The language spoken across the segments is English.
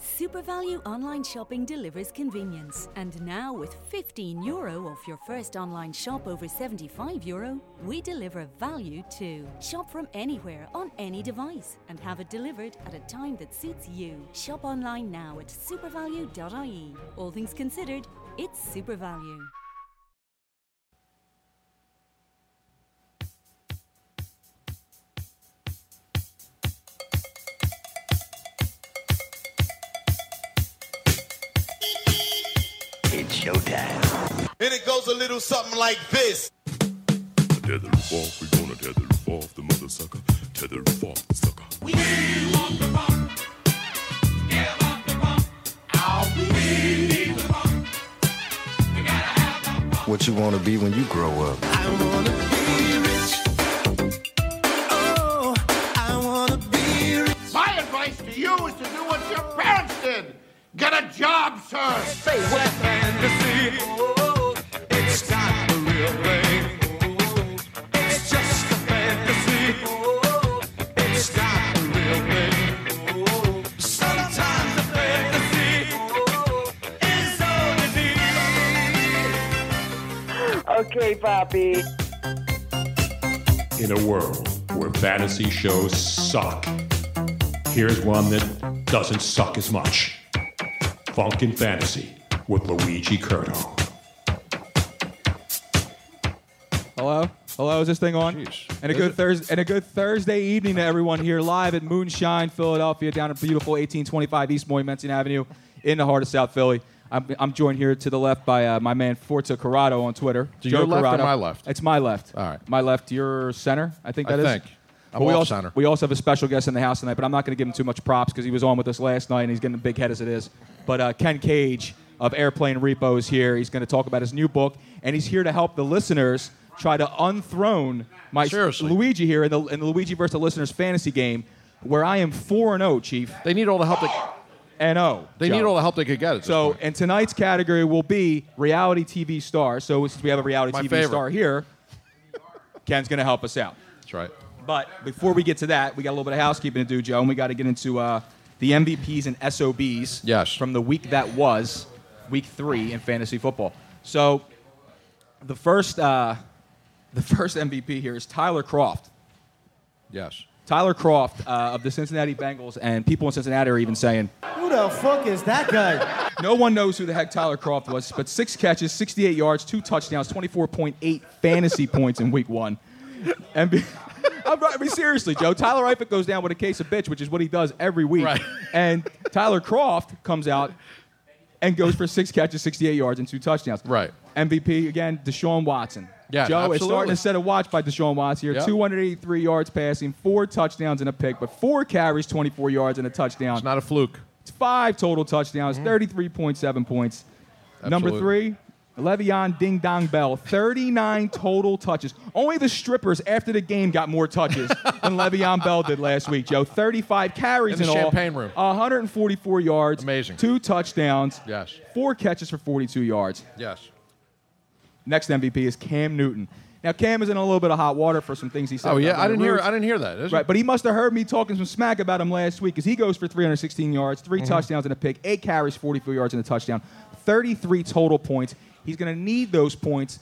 SuperValue online shopping delivers convenience. And now, with 15 euro off your first online shop over 75 euro, we deliver value too. Shop from anywhere on any device and have it delivered at a time that suits you. Shop online now at supervalue.ie. E. All things considered, it's SuperValue. It's showtime. And it goes a little something like this. Tether it off, we gonna tether it off the mother sucker. Tether it off the sucker. what you want to be when you grow up. My advice to you is to do what your parents did. Get a job, sir. Okay, Poppy. in a world where fantasy shows suck. Here's one that doesn't suck as much Funkin' Fantasy with Luigi Curto. Hello? Hello, is this thing on? And a good Thursday and a good Thursday evening to everyone here live at Moonshine, Philadelphia, down in beautiful 1825 East Moymenton Avenue in the heart of South Philly. I'm, I'm joined here to the left by uh, my man Forza Corrado on Twitter. To your left or my left? It's my left. All right. My left, your center, I think I that is. think. I'm But we off also, center. We also have a special guest in the house tonight, but I'm not going to give him too much props because he was on with us last night and he's getting a big head as it is. But uh, Ken Cage of Airplane Repo is here. He's going to talk about his new book, and he's here to help the listeners try to unthrone my Seriously. Luigi here in the, in the Luigi versus the listeners fantasy game, where I am four and zero, Chief, They need all the help they and zero. they need Joe. all the help they could get. At this So, point. and tonight's category will be reality TV star. So, since we have a reality My TV favorite. star here, Ken's going to help us out. that's right. But before we get to that, we got a little bit of housekeeping to do, Joe, and we got to get into uh, the MVPs and SOBs Yes. from the week that was, week three in fantasy football. So the first, uh, the first MVP here is Tyler Croft. Yes. Tyler Croft uh, of the Cincinnati Bengals, and people in Cincinnati are even saying, Who the fuck is that guy? no one knows who the heck Tyler Croft was, but six catches, 68 yards, two touchdowns, 24.8 fantasy points in week one. And be, I'm right- I mean, seriously, Joe, Tyler Eifert goes down with a case of bitch, which is what he does every week. Right. And Tyler Croft comes out and goes for six catches, 68 yards, and two touchdowns. Right. MVP, again, Deshaun Watson. Yeah, Joe, it's absolutely. starting to set a watch by Deshaun Watson here. Yeah. 283 yards passing, four touchdowns and a pick, but four carries, 24 yards and a touchdown It's not a fluke. Mm-hmm. five total touchdowns, 33.7 points. Number Absolutely. three, Le'Veon Ding Dong Bell, 39 total touches. Only the strippers after the game got more touches than Le'Veon Bell did last week, Joe. 35 carries In the in all. champagne room. 144 yards. Amazing. Two touchdowns. Yes. Four catches for 42 yards. Yes. Next MVP is Cam Newton. Now, Cam is in a little bit of hot water for some things he said. Oh about yeah, I Baton didn't hear. Rouge. I didn't hear that. Is it? Right, but he must have heard me talking some smack about him last week because he goes for 316 yards, 3 Mm-hmm. touchdowns and a pick, eight carries, 44 yards and a touchdown, 33 total points. He's going to need those points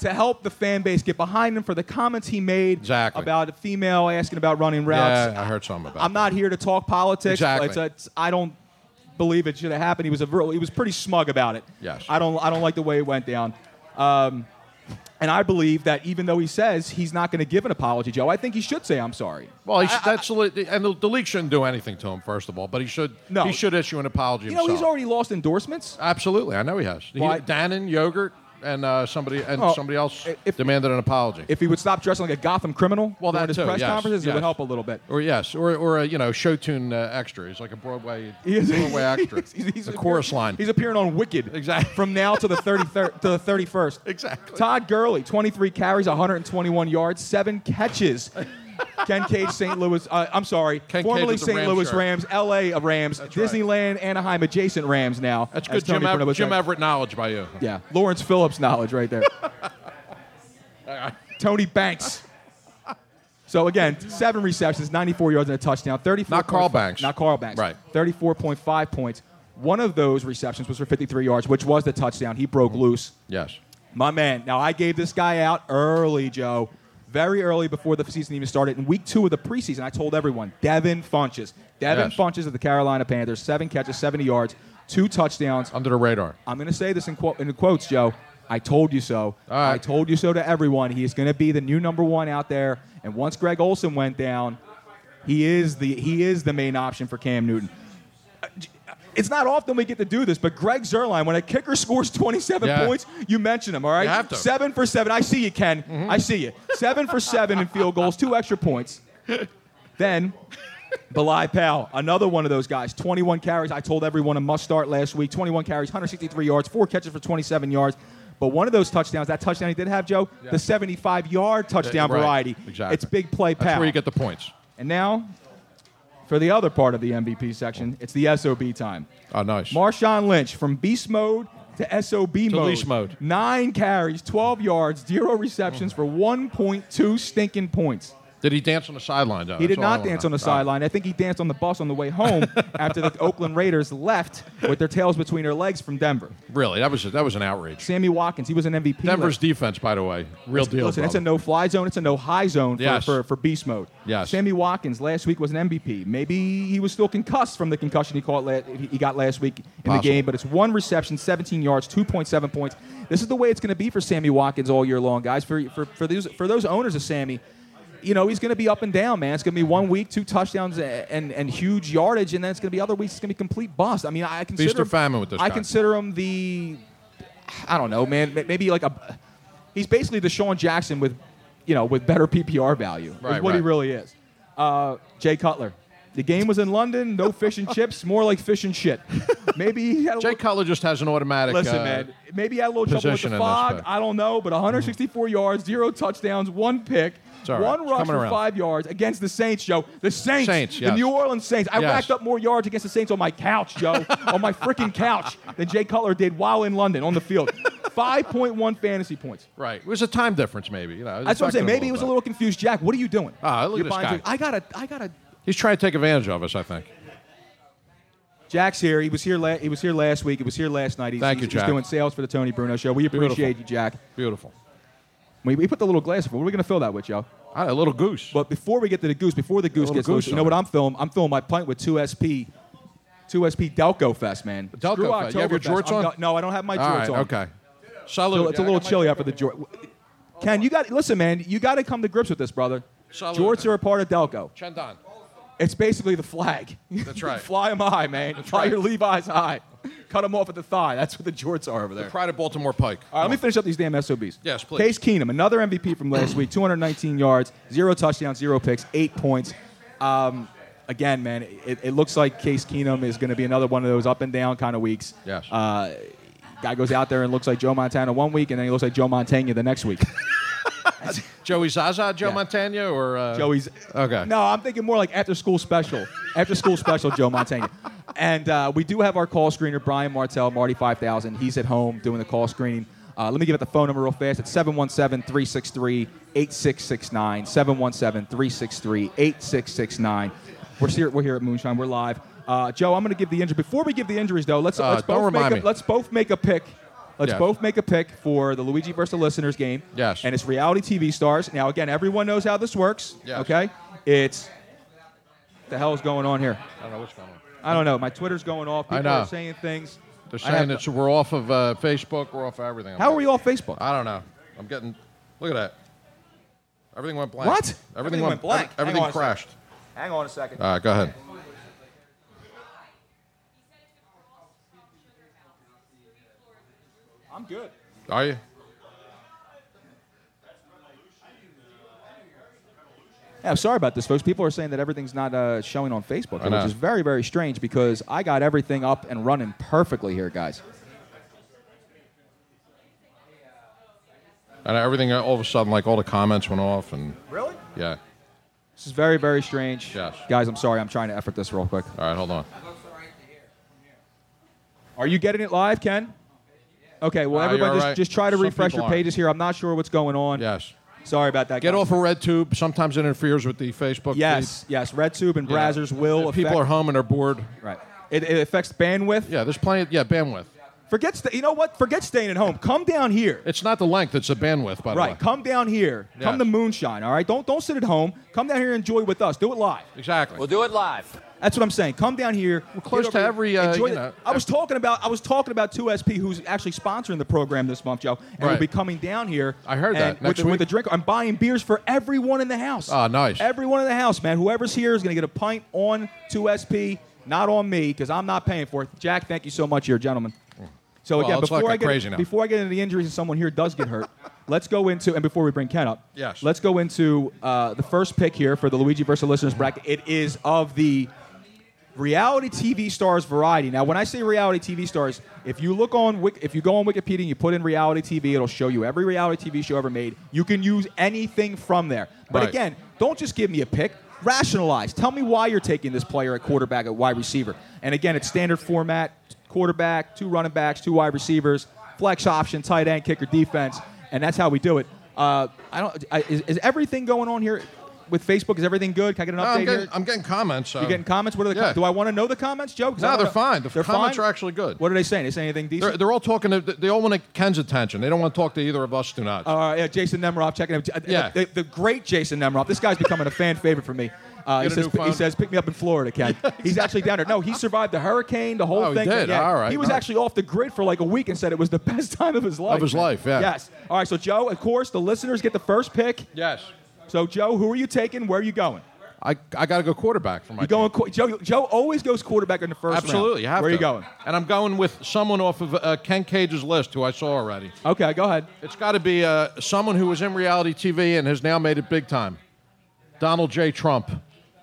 to help the fan base get behind him for the comments he made Exactly. about a female asking about running routes. Yeah, I heard something about. I'm not here to talk politics. Exactly. It's a- it's- I don't believe it should have happened. He was a real, he was pretty smug about it. Yes. I don't I don't like the way it went down. Um, and I believe that even though he says he's not going to give an apology, Joe, I think he should say I'm sorry. Well, he should, that's the li- and the, the league shouldn't do anything to him. First of all, but he should. No. He should issue an apology. You know, he's himself. already lost endorsements. Absolutely, I know he has. He, Why- Dannon, yogurt, and uh, somebody and Oh, somebody else if- demanded an apology. If he would stop dressing like a Gotham criminal Well, during that his too, press yes, conferences, it yes. would help a little bit. or yes, or or a you know show tune uh, extra. He's like a Broadway He is- Broadway actor. he's- he's a appear- chorus line. He's appearing on Wicked. Exactly. From now to the 33rd, to the 31st. Exactly. Todd Gurley, 23 carries, 121 yards, seven catches. Ken Cage, St. Louis. Uh, I'm sorry. Ken Cage formerly with the St. Rams Louis shirt. Rams, L.A. Rams, right. Disneyland, Anaheim adjacent Rams. Now That's as good Jim, Tony Ev- Pernobo Jim said. Everett knowledge by you. Yeah, Lawrence Phillips knowledge right there. Tony Banks. So again, seven receptions, 94 yards and a touchdown. 34. Not Carl Banks. Not Carl Banks. Right. 34.5 points. One of those receptions was for 53 yards, which was the touchdown. He broke loose. Yes. My man. Now I gave this guy out early, Joe. Very early before the season even started. In week two of the preseason, I told everyone Devin Funches. Devin Yes. Funches of the Carolina Panthers, seven catches, 70 yards, two touchdowns. Under the radar. I'm going to say this in, quote in quotes, Joe. I told you so. I told you so to everyone. He is going to be the new number one out there. And once Greg Olson went down, he is the he is the main option for Cam Newton. Uh, j- uh, It's not often we get to do this, but Greg Zerline, when a kicker scores 27 Yeah. points, you mention him. All right, You have to. Mm-hmm. seven for seven. I see you, Ken. I see you. Seven for seven in field goals, two extra points. Then Belai Powell, another one of those guys. 21 carries. I told everyone a must start last week. 21 carries, 163 yards, four catches for 27 yards. But one of those touchdowns, that touchdown he did have, Joe, Yeah. the 75 yard touchdown Yeah, right. variety. Exactly. It's big play Powell. That's where you get the points. and now, for the other part of the MVP section, it's the SOB time. Oh, nice. Marshawn Lynch from beast mode to SOB mode. leash mode. Mm. Nine carries, 12 yards, zero receptions for 1.2 stinking points. Did he dance on the sideline? though? He That's did all I not wanna dance know. on the All right. sideline. I think he danced on the bus on the way home after the Oakland Raiders left with their tails between their legs from Denver. Really, that was that was an outrage. Sammy Watkins, he was an MVP. Denver's last- defense, by the way, real deal. Listen, it's a brother. no-fly zone. It's a no-high zone for, Yes. for, for beast mode. Yes. Sammy Watkins last week was an MVP. Maybe he was still concussed from the concussion he caught la- he got last week in Possible. the game, but it's one reception, 17 yards, 2.7 points. This is the way it's going to be for Sammy Watkins all year long, guys. For for for those for those owners of Sammy, you know he's going to be up and down, man. It's going to be one week, two touchdowns, a- and and huge yardage, and then it's going to be other weeks. It's going to be complete bust. I mean, I consider or him- famine with this I guy. consider him the I don't know, man. M- Maybe like a. He's basically Deshaun Jackson with, you know, with better PPR value. That's Right, what he right. really is. Uh, Jay Cutler. The game was in London. No fish and chips. More like fish and shit. Maybe he had a Jay little, Cutler just has an automatic. listen, uh, man. Maybe he had a little trouble with position the in this fog. play. I don't know, but 164 yards, zero touchdowns, one pick. all right. One It's rush coming for around. five yards against the Saints, Joe. The Saints, Saints, the yes. New Orleans Saints. I Yes. racked up more yards against the Saints on my couch, Joe, on my freaking couch than Jay Cutler did while in London on the field. 5.1 fantasy points. Right. It was a time difference, maybe. You know, it That's what I'm affected saying. him Maybe he was a bit. little confused. Jack, what are you doing? Ah, look at You're this buying guy. Jay- I gotta, I gotta. He's trying to take advantage of us, I think. Jack's here. He was here. La- he was here last week. He was here last night. He's, Thank you, he's, he's Jack. doing sales for the Tony Bruno show. We Beautiful. appreciate you, Jack. Beautiful. We, we put the little glass. What are we gonna fill that with, Joe? Ah, a little goose. But before we get to the goose, before the goose little gets goose loose, you know on what it. I'm filming? I'm filming my pint with 2SP. 2SP Delco Fest, man. Delco Screw Fest. You have your Oktoberfest. jorts I'm on? go- no, I don't have my jorts All right. on. Okay. So Salute. it's a little chilly after the jorts. Ken, you got listen, man. You got to come to grips with this, brother. Salute. Jorts are a part of Delco. Chandon. It's basically the flag. That's right. Fly them high, man. Fly right. your Levi's high. Cut them off at the thigh. That's what the jorts are over there. Pride of Baltimore Pike. All right, let me finish up these damn SOBs. Yes, please. Case Keenum, another MVP from last week, 219 yards, zero touchdowns, zero picks, eight points. Um, again, man, it, it looks like Case Keenum is going to be another one of those up and down kind of weeks. Yes. Uh, guy goes out there and looks like Joe Montana one week, and then he looks like Joe Montana the next week. Joey Zaza, Joe Yeah. Montana, or uh, Joey's. Okay. No, I'm thinking more like after school special. after school special, Joe Montana. And uh, we do have our call screener, Brian Martell, Marty 5000. He's at home doing the call screening. Uh, let me give it the phone number real fast. It's 717 363 8669. 717 363 8669. We're here, we're here at Moonshine. We're live. Uh, Joe, I'm going to give the injury. Before we give the injuries, though, let's, Uh, let's, don't both, make remind a, me. let's both make a pick. Let's Yes. both make a pick for the Luigi versus the listeners game. Yes. And it's reality TV stars. Now, again, everyone knows how this works. Yes. Okay? It's the hell is going on here? I don't know what's going on. I don't know. My Twitter's going off. I People are know. saying things. They're I have saying that we're off of uh, Facebook, we're off of everything. How are we off Facebook? I don't know. I'm getting. Look at that. Everything went blank. What? Everything, went, blank. Hang everything on a second. crashed. Hang on a second. All right, go ahead. I'm good. Are you? Yeah, I'm sorry about this, folks. People are saying that everything's not uh, showing on Facebook, I which know. is very, very strange because I got everything up and running perfectly here, guys. And everything uh, all of a sudden, like all the comments went off, and Really? yeah. This is very, very strange. Yes. Guys, I'm sorry. I'm trying to effort this real quick. All right, hold on. Are you getting it live, Ken? Okay, well, Ah, you're everybody just, right. just try to Some refresh people your aren't. pages here. I'm not sure what's going on. Yes. Sorry about that. Get off of RedTube. Sometimes it interferes with the Facebook. Yes, yes. RedTube and Yeah. browsers will. If people affect- are humming or bored. Right. It, it affects bandwidth. Yeah, there's plenty. Yeah, bandwidth. Forget. St- you know what? Forget staying at home. Come down here. It's not the length. It's the bandwidth. By the right. way. Come down here. Yeah. Come to moonshine. All right. Don't don't sit at home. Come down here and enjoy with us. Do it live. Exactly. We'll do it live. That's what I'm saying. Come down here. We're close to every, uh, you know, I was talking about I was talking about 2SP, who's actually sponsoring the program this month, Joe, and Right. will be coming down here. I heard that. Next with, week? with a drink. I'm buying beers for everyone in the house. Ah, nice. Everyone in the house, man. Whoever's here is going to get a pint on 2SP, not on me, because I'm not paying for it. Jack, thank you so much, here, gentlemen. So Well, again, it's before looking I get crazy now. before I get into the injuries and someone here does get hurt, let's go into and before we bring Ken up, Yes. let's go into uh, the first pick here for the Luigi versus listeners bracket. It is of the reality TV stars variety. Now, when I say reality TV stars, if you look on Wik- if you go on Wikipedia and you put in reality TV, it'll show you every reality TV show ever made. You can use anything from there. But Right. again, don't just give me a pick. Rationalize. Tell me why you're taking this player at quarterback at wide receiver. And again, it's standard format: quarterback, two running backs, two wide receivers, flex option, tight end, kicker, defense, and that's how we do it. Uh, I don't. I, is, is everything going on here with Facebook? Is everything good? Can I get an No, update I'm, here? getting, I'm getting comments. So. You getting comments? What are the com- Yeah. do I want to know the comments, Joe? 'Cause I No, wanna- they're fine. The comments are actually good. What are they saying? They saying anything decent? They're, they're all talking. To, they all want Ken's attention. They don't want to talk to either of us. Do not. Uh, yeah, Jason Nemiroff checking him. Yeah. The, the great Jason Nemiroff. This guy's becoming a fan favorite for me. Uh, he, Get a says, new phone. he says, pick me up in Florida, Oh, Ken. He's actually down there. No, he survived the hurricane, the whole Oh, he thing. did? All right, He was nice. actually off the grid for like a week and said it was the best time of his life. his man. life, yeah. Yes. All right, so Joe, of course, the listeners get the first pick. yes. So, Joe, who are you taking? Where are you going? I, I got to go quarterback for my. You going? qu- Joe, Joe always goes quarterback in the first round. Absolutely. You have Where to. are you going? And I'm going with someone off of uh, Ken Cage's list who I saw already. Okay, go ahead. It's got to be uh, someone who was in reality TV and has now made it big time. Donald J. Trump,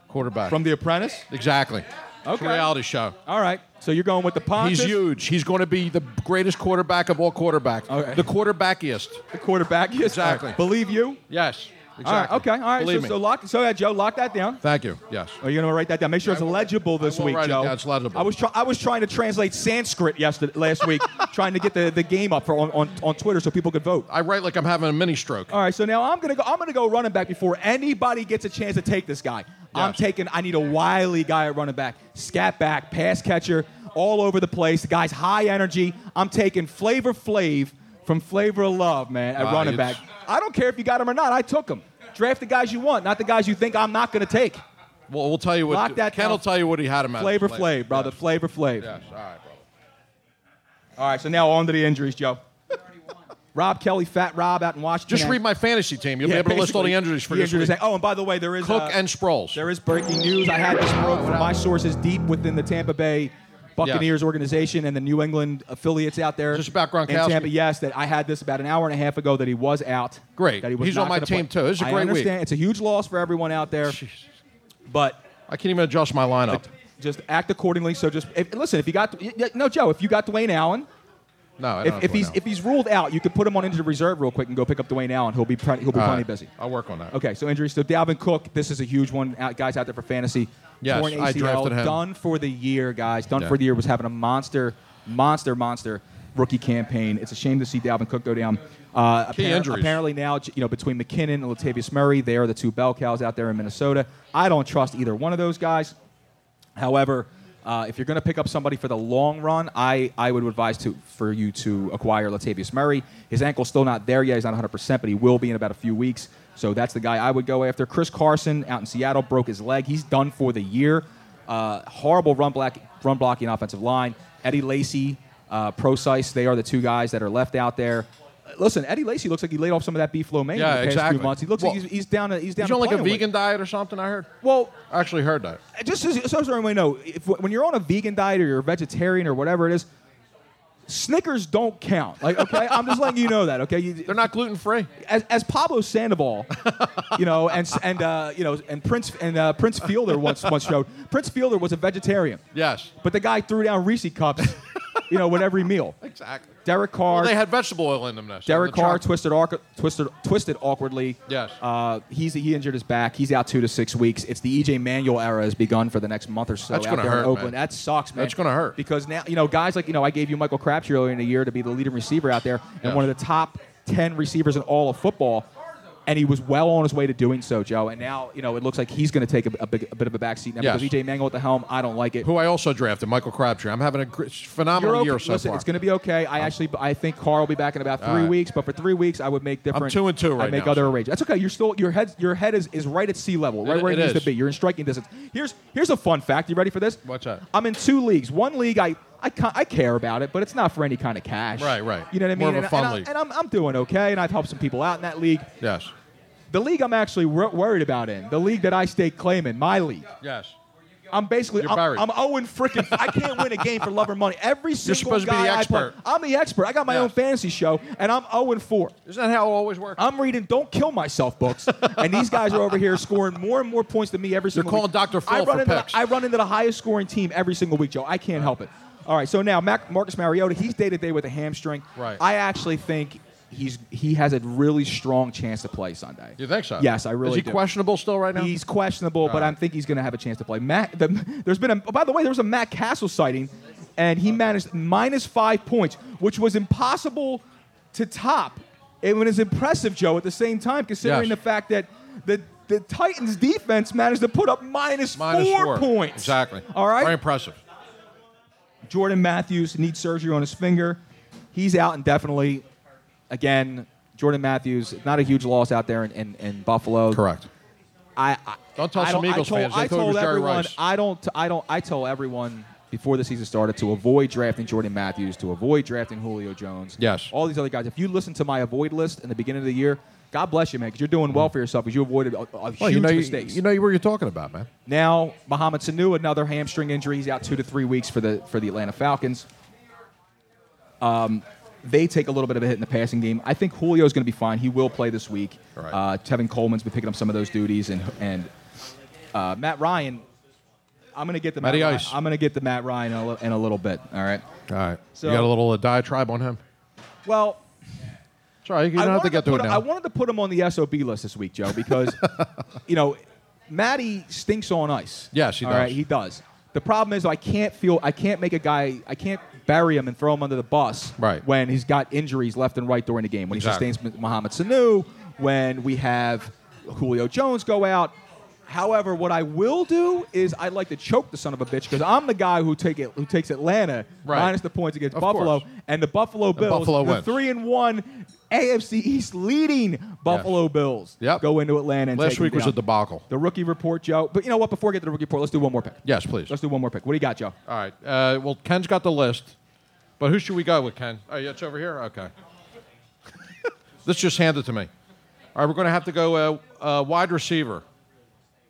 quarterback. From The Apprentice. exactly. It's Okay. a reality show. All right. So you're going with the Pontus. He's huge. He's going to be the greatest quarterback of all quarterbacks. Okay. The quarterbackiest. The quarterback. Yes. Exactly. All right. Believe you. Yes. Exactly. All right. Okay. All right. Believe so, me. so lock. So yeah, Joe, lock that down. Thank you. Yes. Are you gonna write that down? Make sure it's legible this will week, write it Joe. down. It's legible. I was try- I was trying to translate Sanskrit yesterday last week, trying to get the, the game up for on, on, on Twitter so people could vote. I write like I'm having a mini stroke. All right. So now I'm gonna go. I'm gonna go running back before anybody gets a chance to take this guy. I'm Yes. taking. I need a wily guy at running back, scat back, pass catcher, all over the place. The guy's high energy. I'm taking Flavor Flav from Flavor of Love, man, at Wow, running it's- back. I don't care if you got him or not. I took him. Draft the guys you want, not the guys you think I'm not gonna take. Well, we'll tell you what. Lock that Ken down. will tell you what he had him at. Flavor Flav, brother. Flavor Flav. Yes. All right, brother. All right, so now on to the injuries, Joe. Rob Kelly, Fat Rob out in Washington. Just read my fantasy team. You'll be able to list all the injuries for this week. Oh, and by the way, there is Cook uh, and Sproles. there is breaking news. I had this broke from my sources deep within the Tampa Bay Buccaneers organization and the New England affiliates out there. Just about Gronkowski? in Tampa, yes. That I had this about an hour and a half ago that he was out. Great. That he was He's not on my gonna play. team, too. This is a I great week. understand. It's a huge loss for everyone out there, but I can't even adjust my lineup. just act accordingly. So just if, listen. If you got no Joe, if you got Dwayne Allen, No, I don't If, have if one he's now. if he's ruled out, you could put him on into the reserve real quick and go pick up Dwayne Allen. He'll be plenty, he'll be All plenty right. busy. I'll work on that. Okay, so injuries. So Dalvin Cook, this is a huge one. Out, guys out there for fantasy. Yes, Torn I ACL, drafted him. Done for the year, guys. Done Yeah. for the year. Was having a monster, monster, monster rookie campaign. It's a shame to see Dalvin Cook go down. Uh, Key injuries. Apparently now, you know, between McKinnon and Latavius Murray, they are the two bell cows out there in Minnesota. I don't trust either one of those guys. However, uh, if you're going to pick up somebody for the long run, I, I would advise to for you to acquire Latavius Murray. His ankle's still not there yet; he's not 100, percent but he will be in about a few weeks. So that's the guy I would go after. Chris Carson out in Seattle broke his leg; he's done for the year. Uh, horrible run block run blocking offensive line. Eddie Lacy, uh, Procyse, they are the two guys that are left out there. Listen, Eddie Lacy looks like he laid off some of that beef lo mein Yeah, in the past exactly. few months. He looks Well, like he's, he's down. To, he's down. He's to on like a playing weight. vegan diet or something. I heard. Well, I actually heard that. just as, so as everyone know, if, when you're on a vegan diet or you're a vegetarian or whatever it is, Snickers don't count. Like, okay, I'm just letting you know that. Okay, You- They're not gluten free. as, as Pablo Sandoval, you know, and and uh, you know, and Prince and uh, Prince Fielder once once showed. Prince Fielder was a vegetarian, Yes. but the guy threw down Reese cups, you know, with every meal. Exactly. Derek Carr, Well, they had vegetable oil in them. Now, so Derek the Carr chocolate- twisted, arc- twisted, twisted awkwardly. Yes. Uh, he's he injured his back. He's out two to six weeks. It's the EJ Manuel era has begun for the next month or so That's out gonna there in hurt, Oakland. man. That sucks, man. That's gonna hurt. because now you know guys like you know I gave you Michael Crabtree earlier in the year to be the leading receiver out there and Yes. one of the top ten receivers in all of football. and he was well on his way to doing so, Joe. And now, you know, it looks like he's going to take a, a, big, a bit of a backseat now Yes. because EJ Manuel at the helm. I don't like it. Who I also drafted, Michael Crabtree. I'm having a gr- phenomenal You're okay- year so Listen, far. it's going to be okay. I actually, I think Carl will be back in about All three right. weeks. But for three weeks, I would make different. two and two right I make now, other so. arrangements. That's okay. You're still your head. Your head is, is right at sea level, right It- where it, it needs is. to be. You're in striking distance. Here's here's a fun fact. You ready for this? What's that? I'm in two leagues. One league, I I, ca- I care about it, but it's not for any kind of cash. Right, right. You know what I mean? More of a and, fun and, league. I, am I'm doing okay, and I've helped some people out in that league. Yes. The league I'm actually wor- worried about in the league that I stay claiming, my league. Yes. I'm basically You're I'm, buried. I'm Owen frickin' I can't win a game for love or money. Every single supposed to be guy the I play- expert. I'm the expert. I got my own fantasy show and I'm 0 and 4. Isn't that how it always works? I'm reading Don't Kill Myself books and these guys are over here scoring more and more points than me every single calling week. Dr. Phil I run for into the- picks. I run into the highest scoring team every single week, Joe. I can't help it. All right, so now Mac, Marcus Mariota, he's day to day with a hamstring. Right. I actually think he's he has a really strong chance to play Sunday. You think so? Yes, I really Is he do. questionable still right now? He's questionable, but I think he's going to have a chance to play. Matt, the, there's been a. By the way, there was a Matt Castle sighting, and he managed minus five points, which was impossible to top. It was impressive, Joe. At the same time, considering Yes. the fact that the the Titans defense managed to put up minus, Minus four, four, points. Exactly. All right. Very impressive. Jordan Matthews needs surgery on his finger. He's out indefinitely. Again, Jordan Matthews, not a huge loss out there in, in, in Buffalo. Correct. I, I Don't tell I some Eagles I told, fans. They I thought it told was Jerry everyone. Rice. I don't. t- I don't. I tell everyone before the season started to avoid drafting Jordan Matthews, to avoid drafting Julio Jones. Yes. All these other guys. If you listen to my avoid list in the beginning of the year, God bless you, man, because you're doing well for yourself because you avoided a, a Well, huge you know, you, mistakes. you know where you're talking about, man. now Mohamed Sanu, another hamstring injury. He's out two to three weeks for the for the Atlanta Falcons. Um, they take a little bit of a hit in the passing game. I think Julio's going to be fine. He will play this week. Right. Uh, Tevin Coleman's been picking up some of those duties, and and uh, Matt Ryan. I'm going to get the Matty Matt Ice. Ryan, I'm going to get the Matt Ryan in a, li- in a little bit. All right. All right. So- you got a little uh, diatribe on him. Well, Sorry, you don't I have wanted to get to to it put- now. I wanted to put him on the SOB list this week, Joe, because you know, Matty stinks on ice. Yes, he All does. right, he does. The problem is I can't feel I can't make a guy I can't bury him and throw him under the bus Right. when he's got injuries left and right during the game. When Exactly. he sustains Mohamed Sanu, when we have Julio Jones go out. However, what I will do is I'd like to choke the son of a bitch because I'm the guy who take it who takes Atlanta Right. minus the points against Of Buffalo course. and the Buffalo Bills Buffalo the wins. three and one AFC East leading Buffalo Bills Yep. go into Atlanta. And Last take them week was down. a debacle. The rookie report, Joe. But you know what? Before we get to the rookie report, let's do one more pick. Yes, please. Let's do one more pick. What do you got, Joe? All right. Uh, well, Ken's got the list, but who should we go with, Ken? Oh, yeah, it's over here? Okay. Let's just hand it to me. All right, we're going to have to go uh, uh, wide receiver.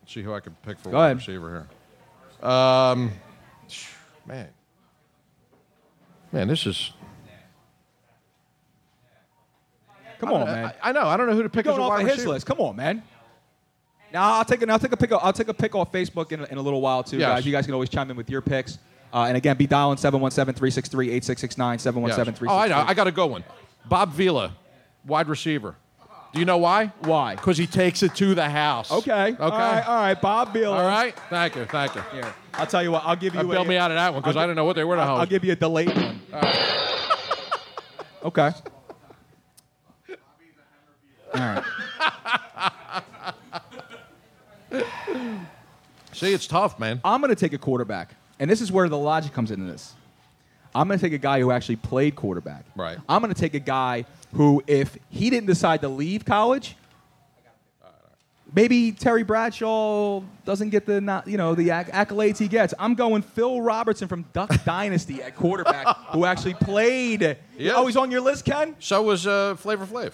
Let's see who I can pick for Go wide ahead. receiver here. Um, man. Man, this is. Come I- on, Oh, man. I, I know. I don't know who to pick as Going a off wide of his receiver. list. Come on, man. Now I'll take a, I'll take a pick. I'll take a pick off Facebook in, a- in a little while too, Yes. guys. You guys can always chime in with your picks. Uh, and again, be dialing 717-363-8669, 717 Yes. Oh, I know. I got a good one. Bob Vila, wide receiver. Do you know why? Why? Because he takes it to the house. Okay. Okay. All right. All right. Bob Beal. All right. Thank you. Thank you. Here. I'll tell you what. I'll give you. That a- bailed me out of that one because I'll I gi- didn't know what they were. I'll, I'll give you a delayed one. okay. All right. See, it's tough, man. I'm going to take a quarterback, and this is where the logic comes into this. I'm going to take a guy who actually played quarterback. Right. I'm going to take a guy who, if he didn't decide to leave college, maybe Terry Bradshaw doesn't get the not, you know the acc- accolades he gets. I'm going Phil Robertson from Duck Dynasty at quarterback, who actually played. Yeah. Oh, he's on your list, Ken. So was uh, Flavor Flav.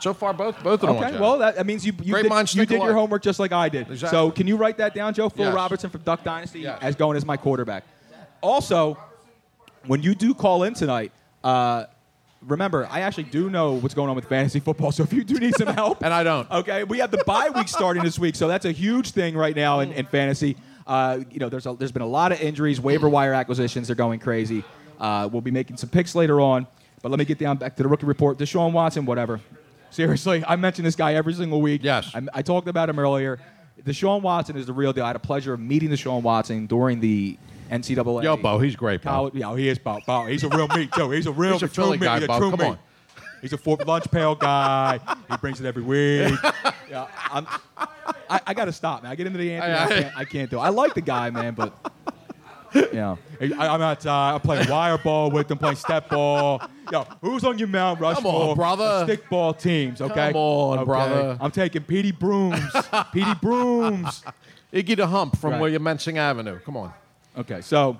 So far, both both of them. Okay, went well, out. that, that means you, you Great did, minds you think did your alike. homework just like I did. Exactly. So can you write that down, Joe? Phil Yes. Robertson from Duck Dynasty Yes. as going as my quarterback. Also, when you do call in tonight, uh, remember, I actually do know what's going on with fantasy football. So if you do need some help. And I don't. Okay, we have the bye week starting this week. So that's a huge thing right now in, in fantasy. Uh, you know, there's, a, there's been a lot of injuries, waiver wire acquisitions. They're going crazy. Uh, we'll be making some picks later on. But let me get down back to the rookie report. Deshaun Watson, whatever. Seriously, I mention this guy every single week. Yes. I, I talked about him earlier. Deshaun Watson is the real deal. I had a pleasure of meeting Deshaun Watson during the NCAA. Yo, Bo, he's great, Bo. oh, College, yeah, he is Bo. Bo, he's a real meat too. He's a real He's a true Philly meat. guy, He's a Bo. true Come meat. on. He's a fourth lunch pail guy. He brings it every week. Yeah, I'm, I, I got to stop, man. I get into the Anthony. I, can't, I can't do it. I like the guy, man, but yeah, I, I'm outside. I'm playing wire ball with them, playing step ball. Yo, who's on your Mount Rushmore? brother. Stick ball teams, okay? Come on, Okay. brother. I'm taking Petey Brooms. Petey Brooms. Iggy the Hump from Right. William Mensing Avenue. Come on. Okay, so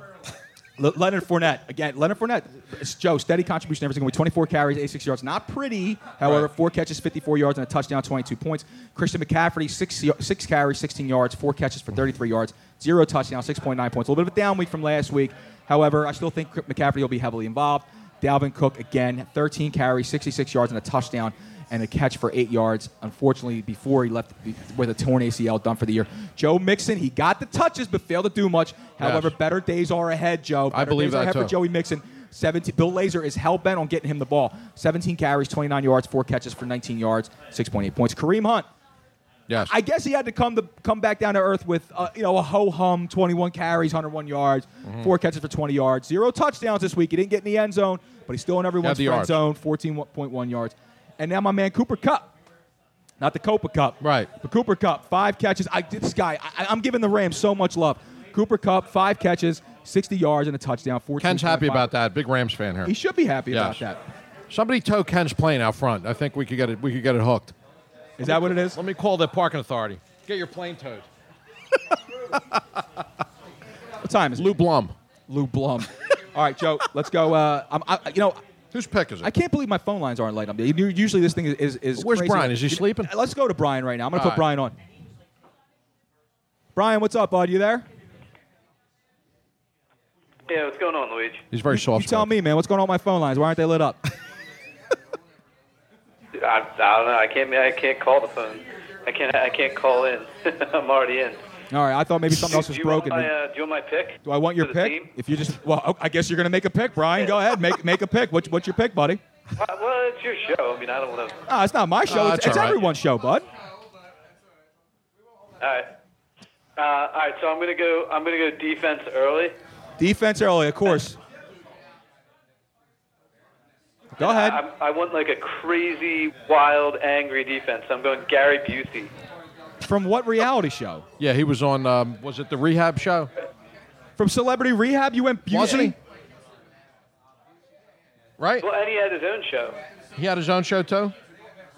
Le- Leonard Fournette again. Leonard Fournette, it's Joe, steady contribution every single week. 24 carries, 86 yards, not pretty. However, Right. four catches, 54 yards, and a touchdown, 22 points. Christian McCaffrey, six y- six carries, 16 yards, four catches for 33 yards, zero touchdowns, 6.9 points. A little bit of a down week from last week. However, I still think McCaffrey will be heavily involved. Dalvin Cook again, 13 carries, 66 yards, and a touchdown. And a catch for eight yards. Unfortunately, before he left be- with a torn ACL, done for the year. Joe Mixon, he got the touches but failed to do much. However, better days are ahead, Joe. I Better believe days are that, ahead for too. Joey Mixon. 17, Bill Lazor is hell bent on getting him the ball. 17 carries, 29 yards, four catches for 19 yards, 6.8 points. Kareem Hunt, Yes. I guess he had to come to come back down to earth with uh, you know a ho hum 21 carries, 101 yards, Mm-hmm. four catches for 20 yards, zero touchdowns this week. He didn't get in the end zone, but he's still in everyone's the friend yards. zone, 14.1 yards. And now my man Cooper Cup, not the Copa Cup, Right. But Cooper Cup, five catches. I this guy, I, I'm giving the Rams so much love. Cooper Cup, five catches, 60 yards and a touchdown. 14. Ken's happy about that. Big Rams fan here. He should be happy about Yes. that. Somebody tow Ken's plane out front. I think we could get it. We could get it hooked. Is that what it is? Let me call the parking authority. Get your plane towed. What time is it? Lou Blum. Lou Blum. All right, Joe, let's go. Uh, I'm, I, you know. Whose pick is it? I can't believe my phone lines aren't light up. You- Usually this thing is is. is Where's crazy. Brian? Is he sleeping? Let's go to Brian right now. I'm gonna All put right. Brian on. Brian, what's up, bud? You there? Yeah, what's going on, Luigi? He's very You soft. tell me, man. What's going on with my phone lines? Why aren't they lit up? I, I don't know. I can't. I can't call the phone. I can't. I can't call in. I'm already in. All right, I thought maybe something else Do was you broken. Want my, uh, do you want my pick? Do I want your for the pick? Team? If you just well, oh, I guess you're gonna make a pick, Brian. Go ahead, make make a pick. What, what's your pick, buddy? Uh, well, it's your show. I mean, I don't want to. Ah, it's not my show. Ah, it's that's it's all right. everyone's show, bud. All right. Uh, all right. So I'm gonna go. I'm gonna go defense early. Defense early, of course. Go ahead. I, I want like a crazy, wild, angry defense. I'm going Gary Busey. From what reality show? Yeah, he was on. Um, was it the rehab show? From Celebrity Rehab? You went beauty. Wasn't he? Right. Well, and he had his own show. He had his own show too.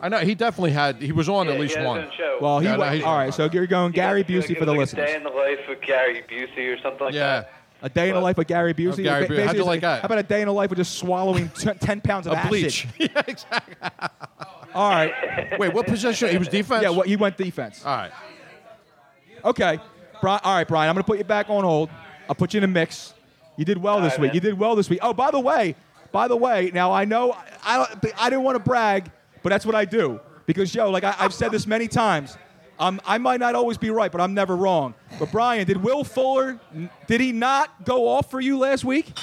I know he definitely had. He was on yeah, at least he had one. His own show. Well, he Yeah, no, went, he's- all right. So you're going He had, Gary like, Busey it for the was like A day listeners. in the life of Gary Busey or something like yeah. that. A day in the life of Gary Busey. Oh, Gary Ba- Bu- how'd you basically, like that? How about a day in the life of just swallowing t- ten pounds of A acid? bleach. yeah, exactly. All right. Wait, what position? He was defense. Yeah. Well, he went defense. All right. Okay. Bri- all right, Brian. I'm gonna put you back on hold. I'll put you in a mix. You did well All this right, week. man. You did well this week. Oh, by the way, by the way. Now I know I I, don't- I didn't want to brag, but that's what I do because yo, like I, I've said this many times. Um, I might not always be right, but I'm never wrong. But Brian, did Will Fuller? Did he not go off for you last week?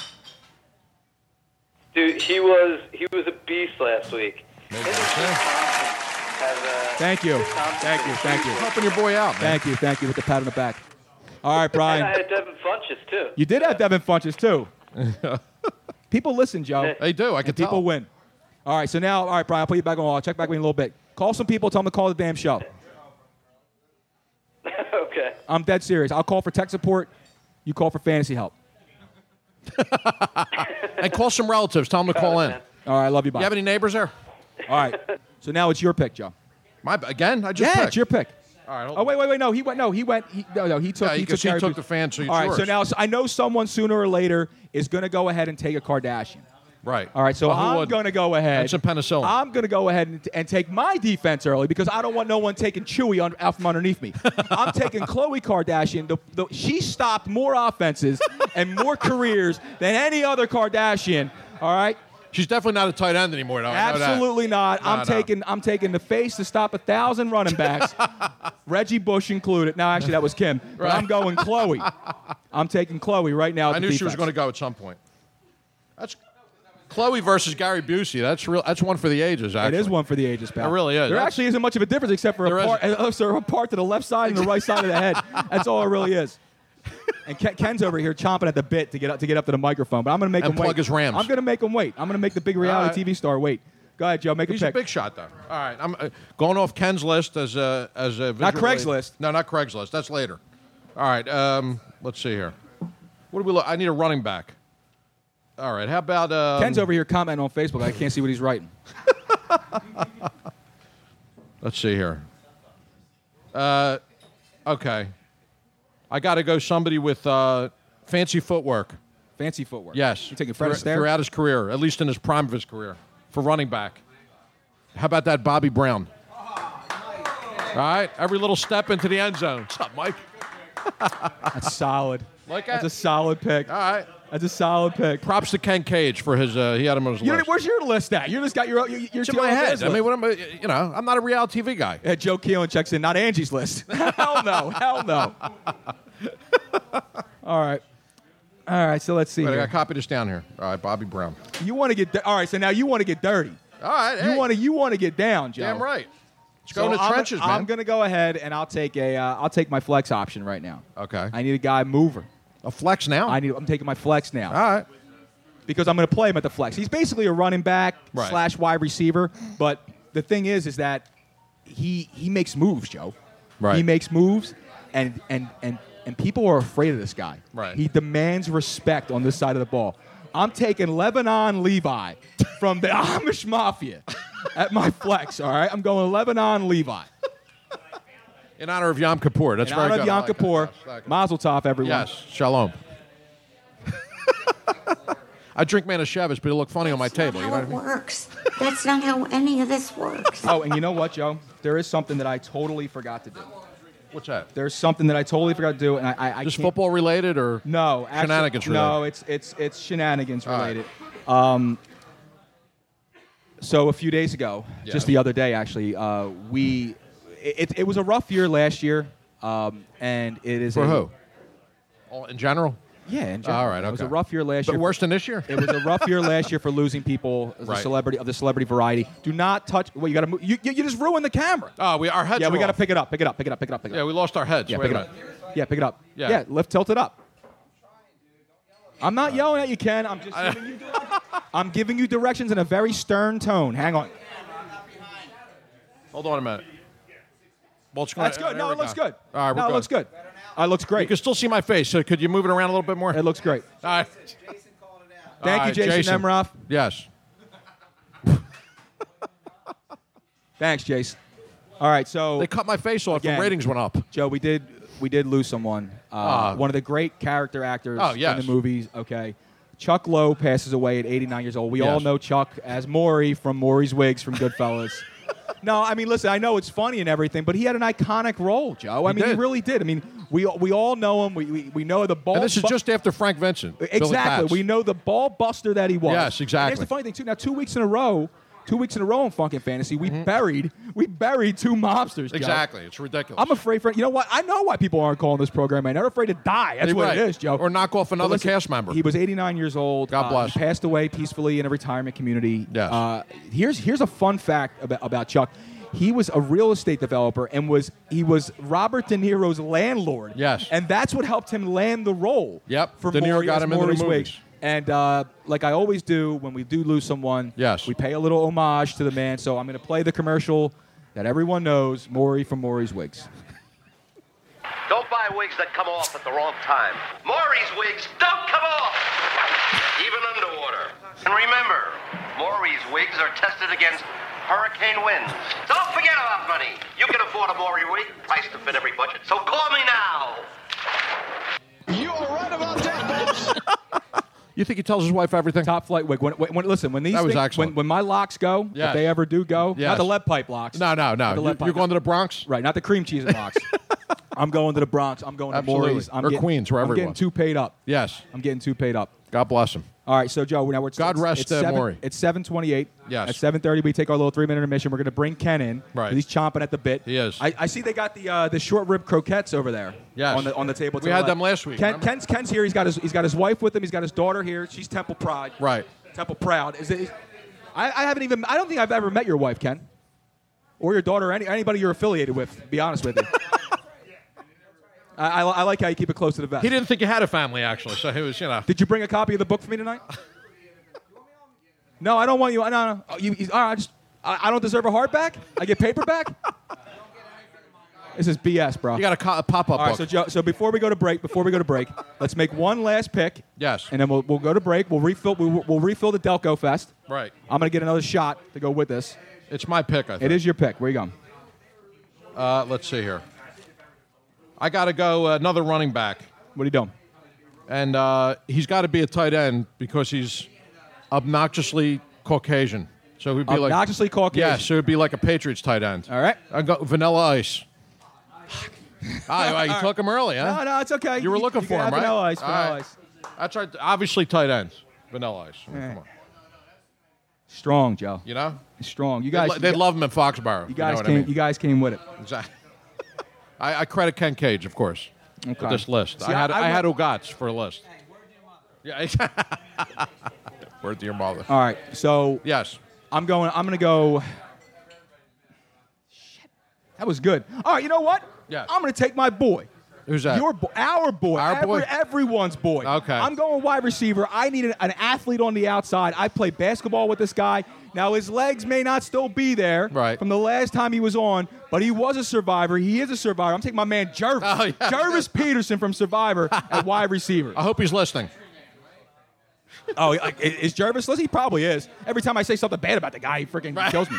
Dude, he was he was a beast last week. Has, uh, Thank you. Thank you. Thank you. Helping your boy out, man. Thank you. Thank you. With the pat on the back. All right, And I Brian. had Devin Funches too. You did have Devin Funches too. People listen, Joe. They do. I And could people tell. win. All right. So now, all right, Brian. I'll put you back on. I'll check back with you in a little bit. Call some people. Tell them to call the damn show. okay. I'm dead serious. I'll call for tech support. You call for fantasy help. And call some relatives. Tell them to call in. All right. I love you. Bye. You have any neighbors there? all right. So now it's your pick, Joe. My again? I just Yeah, picked. it's your pick. All right. Hold Oh wait, wait, wait! No, he went. No, he went. He, no, no, he took. Yeah, he because he took, Gary took Busey. the fan, so it's All right, so yours. now so I know someone sooner or later is going to go ahead and take a Kardashian. Right. All right, so Well, who I'm would- going to go ahead. And some penicillin. I'm going to go ahead and, and take my defense early because I don't want no one taking Chewy on, out from underneath me. I'm taking Khloe Kardashian. The, the, she stopped more offenses and more careers than any other Kardashian. All right. She's definitely not a tight end anymore. Though. I know that. Absolutely not. I'm No, no. taking I'm taking the face to stop a thousand running backs, Reggie Bush included. Now, actually, that was Kim. But I'm going Chloe. I'm taking Chloe right now. at I the knew she was defense. going to go at some point. That's Chloe versus Gary Busey. That's real. That's one for the ages. Actually, It is one for the ages, pal. It really is. There That's- actually isn't much of a difference except for There a part, isn't. uh, sorry, a part to the left side and the right side of the head. That's all it really is. And Ken, Ken's over here chomping at the bit to get up to get up to the microphone, but I'm going to make And him plug wait. his Rams. I'm going to make him wait. I'm going to make the big All right. reality TV star wait. Go ahead, Joe. Make He's a a pick. big shot, though. All right, I'm uh, going off Ken's list as a as a Not visually- Craigslist. No, not Craigslist. That's later. All right, um, let's see here. What do we look? I need a running back. All right, how about um, Ken's over here commenting on Facebook. I can't see what he's writing. Let's see here. Uh, okay, I got to go somebody with uh, fancy footwork. Fancy footwork. Yes, You taking Thro- Fred Astaire? throughout his career, at least in his prime of his career, for running back. How about that, Bobby Brown? All right, every little step into the end zone. What's up, Mike? That's solid. Like That's that? a solid pick. All right. That's a solid pick. Props to Ken Cage for his. Uh, he had him on his You don't, list. where's your list at? You just got your own. Your, your It's in team my on head. his I mean, list. what am I? You know, I'm not a reality TV guy. Yeah, Uh, Joe Keelan checks in. Not Angie's list. hell no. Hell no. All right. All right. So let's see. Wait, I here. got to copy this down here. All right, Bobby Brown. You want to get di- all right. So now you want to get dirty. All right, You hey. want to you want to get down, Joe. Damn right. Let's So go in the I'm, trenches, man. I'm gonna go ahead and I'll take a uh, I'll take my flex option right now. Okay. I need a guy mover. A flex now. I need. I'm taking my flex now. All right. Because I'm gonna play him at the flex. He's basically a running back Right. slash wide receiver. But the thing is, is that he he makes moves, Joe. Right. He makes moves, and and and and people are afraid of this guy. Right. He demands respect on this side of the ball. I'm taking Lebanon Levi from the Amish Mafia at my flex. All right. I'm going Lebanon Levi. in honor of Yom Kippur. That's In very honor of good. I Yom like that. Kippur. Yes, thank you. Mazel tov, everyone. Yes, shalom. I drink Manischewitz, but it look funny on my table. You know what I mean? works. That's not how any of this works. Oh, and you know what, Joe? There is something that I totally forgot to do. What's that? There's something that I totally forgot to do, and I, I, I Just can't- football related or No, actually- shenanigans No, related? it's it's it's shenanigans All right. related. Um, so a few days ago, Yes. just the other day, actually, uh, we it, it was a rough year last year, um, and it is For a, who? All in general? Yeah, in general. All right, okay. It was a rough year last But year. worse than this year? It was a rough year last year for losing people, the Right. celebrity of the celebrity variety. Do not touch. Well, you got to move. You, you, you just ruined the camera. Oh, we, our heads yeah, we are got to off. pick it up. Pick it up. Pick it up. Pick it up. Pick it up. Yeah, we lost our heads. Yeah, Wait pick it a up. minute. Yeah, pick it up. Yeah. yeah lift, tilt it up. I'm not yelling at you, Ken. I'm just giving you, I'm giving you directions in a very stern tone. Hang on. Hold on a minute. Well, it's That's gonna- good. there No, we it looks go. good. All right, we're no, it looks good. Uh, It looks great. You can still see my face, so could you move it around a little bit more? It looks great. All right. All Thank you, right, Jason, Jason. Emroff. Yes. Thanks, Jason. All right, so They cut my face off. Again. The ratings went up. Joe, we did we did lose someone. Uh, Ah. one of the great character actors Oh, yes. in the movies. Okay. Chuck Lowe passes away at 89 years old. We all Yes. know Chuck as Maury from Maury's Wigs from Goodfellas. no, I mean, listen, I know it's funny and everything, but he had an iconic role, Joe. I He mean, he did. really did. I mean, we, we all know him. We, we, we know the ball. And this is bu- just after Frank Vincent. Billy Exactly. Batts. We know the ball buster that he was. Yes, And here's exactly. the funny thing too. Now, two weeks in a row, two weeks in a row in Funkin' Fantasy, we buried we buried two mobsters. Joe. Mm-hmm. Exactly. It's ridiculous. I'm afraid for you know what? I know why people aren't calling this program. man. They're afraid to die. That's You're what it right. is, Joe. Or knock off But another cast member. He was 89 years old. God Uh, bless. he passed away peacefully in a retirement community. Yes. Uh, here's here's a fun fact about, about Chuck. He was a real estate developer and was he was Robert De Niro's landlord. Yes. And that's what helped him land the role. Yep. For De Niro Maury got as him into the Maury's movies. Wig. And uh, like I always do when we do lose someone, Yes. we pay a little homage to the man. So I'm going to play the commercial that everyone knows, Maury from Maury's Wigs. Don't buy wigs that come off at the wrong time. Maury's wigs don't come off, even underwater. And remember, Maury's wigs are tested against hurricane winds. Don't forget about money. You can afford a Maury wig, priced to fit every budget. So call me now. You think he tells his wife everything? Top flight wig. When, when, when- listen, when these That was things, excellent. when, when my locks go, if Yes. they ever do go, Yes. not the lead pipe locks. No, no, Not the no. lead You, pipe you're going to the Bronx? Right, not the cream cheese locks. I'm going to the Bronx. I'm going Absolutely. to Maury's. I'm Or getting- Queens, wherever I'm he getting was. too paid up. Yes. I'm getting too paid up. God bless him. All right, so Joe, now we're God it's, rest, it's uh, seven, Maury. It's seven twenty-eight. Yes. At seven thirty, we take our little three-minute intermission. We're going to bring Ken in. Right. He's chomping at the bit. He is. I, I see they got the uh, the short rib croquettes over there. Yes. On the on the table. to We the had left. them last week, Ken, remember? Ken's Ken's here. He's got his he's got his wife with him. He's got his daughter here. She's Temple Pride. Right. Temple Proud. Is it? Is, I, I haven't even. I don't think I've ever met your wife, Ken, or your daughter, or any, anybody you're affiliated with. To be honest with you. I, I, I like how you keep it close to the vest. He didn't think he had a family, actually, so he was, you know. Did you bring a copy of the book for me tonight? No, I don't want you. No, no. Oh, you, you- all right, I just, I, I don't deserve a heart back. I get paper back. This is BS, bro. You got a, pop up. All right, book. so Joe, so before we go to break, before we go to break, let's make one last pick. Yes. And then we'll, we'll go to break. We'll refill. We, will we'll refill the Delco Fest. Right. I'm gonna get another shot to go with this. It's my pick. I think. It is your pick. Where you going? Uh, let's see here. I got to go uh, another running back. What are you doing? And uh, he's got to be a tight end because he's obnoxiously Caucasian. So he'd be like Obnoxiously Caucasian. Yeah, so it'd be like a Patriots tight end. All right. I go Vanilla Ice. Ah, you- you took him early, huh? No, no, it's okay. You were looking you for can him, have right? Vanilla ice. All Vanilla right. ice. That's right. Obviously, tight ends. Vanilla Ice. I mean, All right. Come on. Strong, Joe. You know? Strong. You guys. They, lo- they you, love him in Foxborough. You guys know what came. I mean? You guys came with it. Exactly. I, I credit Ken Cage, of course, with Okay. this list. See, I had I- I, I had went- Ugats for a list. Yeah. Word to your mother. All right. So yes, I'm going. I'm gonna go. Shit, that was good. All right. You know what? Yes. I'm gonna take my boy. Who's that? Your bo- our boy. Our Every- boy? Everyone's boy. Okay. I'm going wide receiver. I need an, an athlete on the outside. I play basketball with this guy. Now his legs may not still be there Right. from the last time he was on, but he was a survivor. He is a survivor. I'm taking my man Jervis. Oh, yeah. Jervis Peterson from Survivor at wide receiver. I hope he's listening. Oh, like, i- is Jervis listening? He probably is. Every time I say something bad about the guy, he freaking kills me.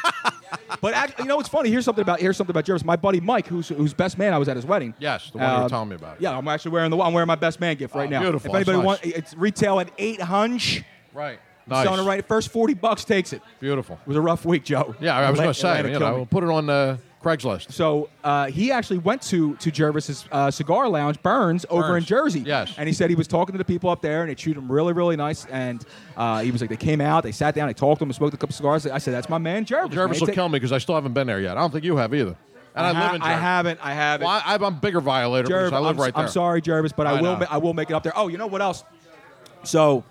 but act you know, it's funny. Here's something about here's something about Jervis. My buddy Mike, who's whose best man I was at his wedding. Yes, the one you were Um, telling me about. Yeah, I'm actually wearing the I'm wearing my best man gift right Oh, now. beautiful. If anybody That's wants, nice. it's retail at eight hunch. Right. Nice. Selling it right. First forty bucks takes it. Beautiful. It was a rough week, Joe. Yeah, I was Atla- going to say. Atlanta You killed know, me. we'll put it on uh, Craigslist. So uh, he actually went to to Jervis's uh, cigar lounge, Burns, over in Burns. Jersey. Yes. And he said he was talking to the people up there, and they treated him really, really nice. And uh, he was like, they came out, they sat down, they talked to him, smoked a couple cigars. I said, that's my man, Jervis. Jervis man. will Take- kill me because I still haven't been there yet. I don't think you have either. And I, I ha- live in. I Jersey. haven't, I haven't. Well, I, I'm a bigger violator Jervis, because I live I'm, right there. I'm sorry, Jervis, but I, I will. know. Ma- I will make it up there. Oh, you know what else? So.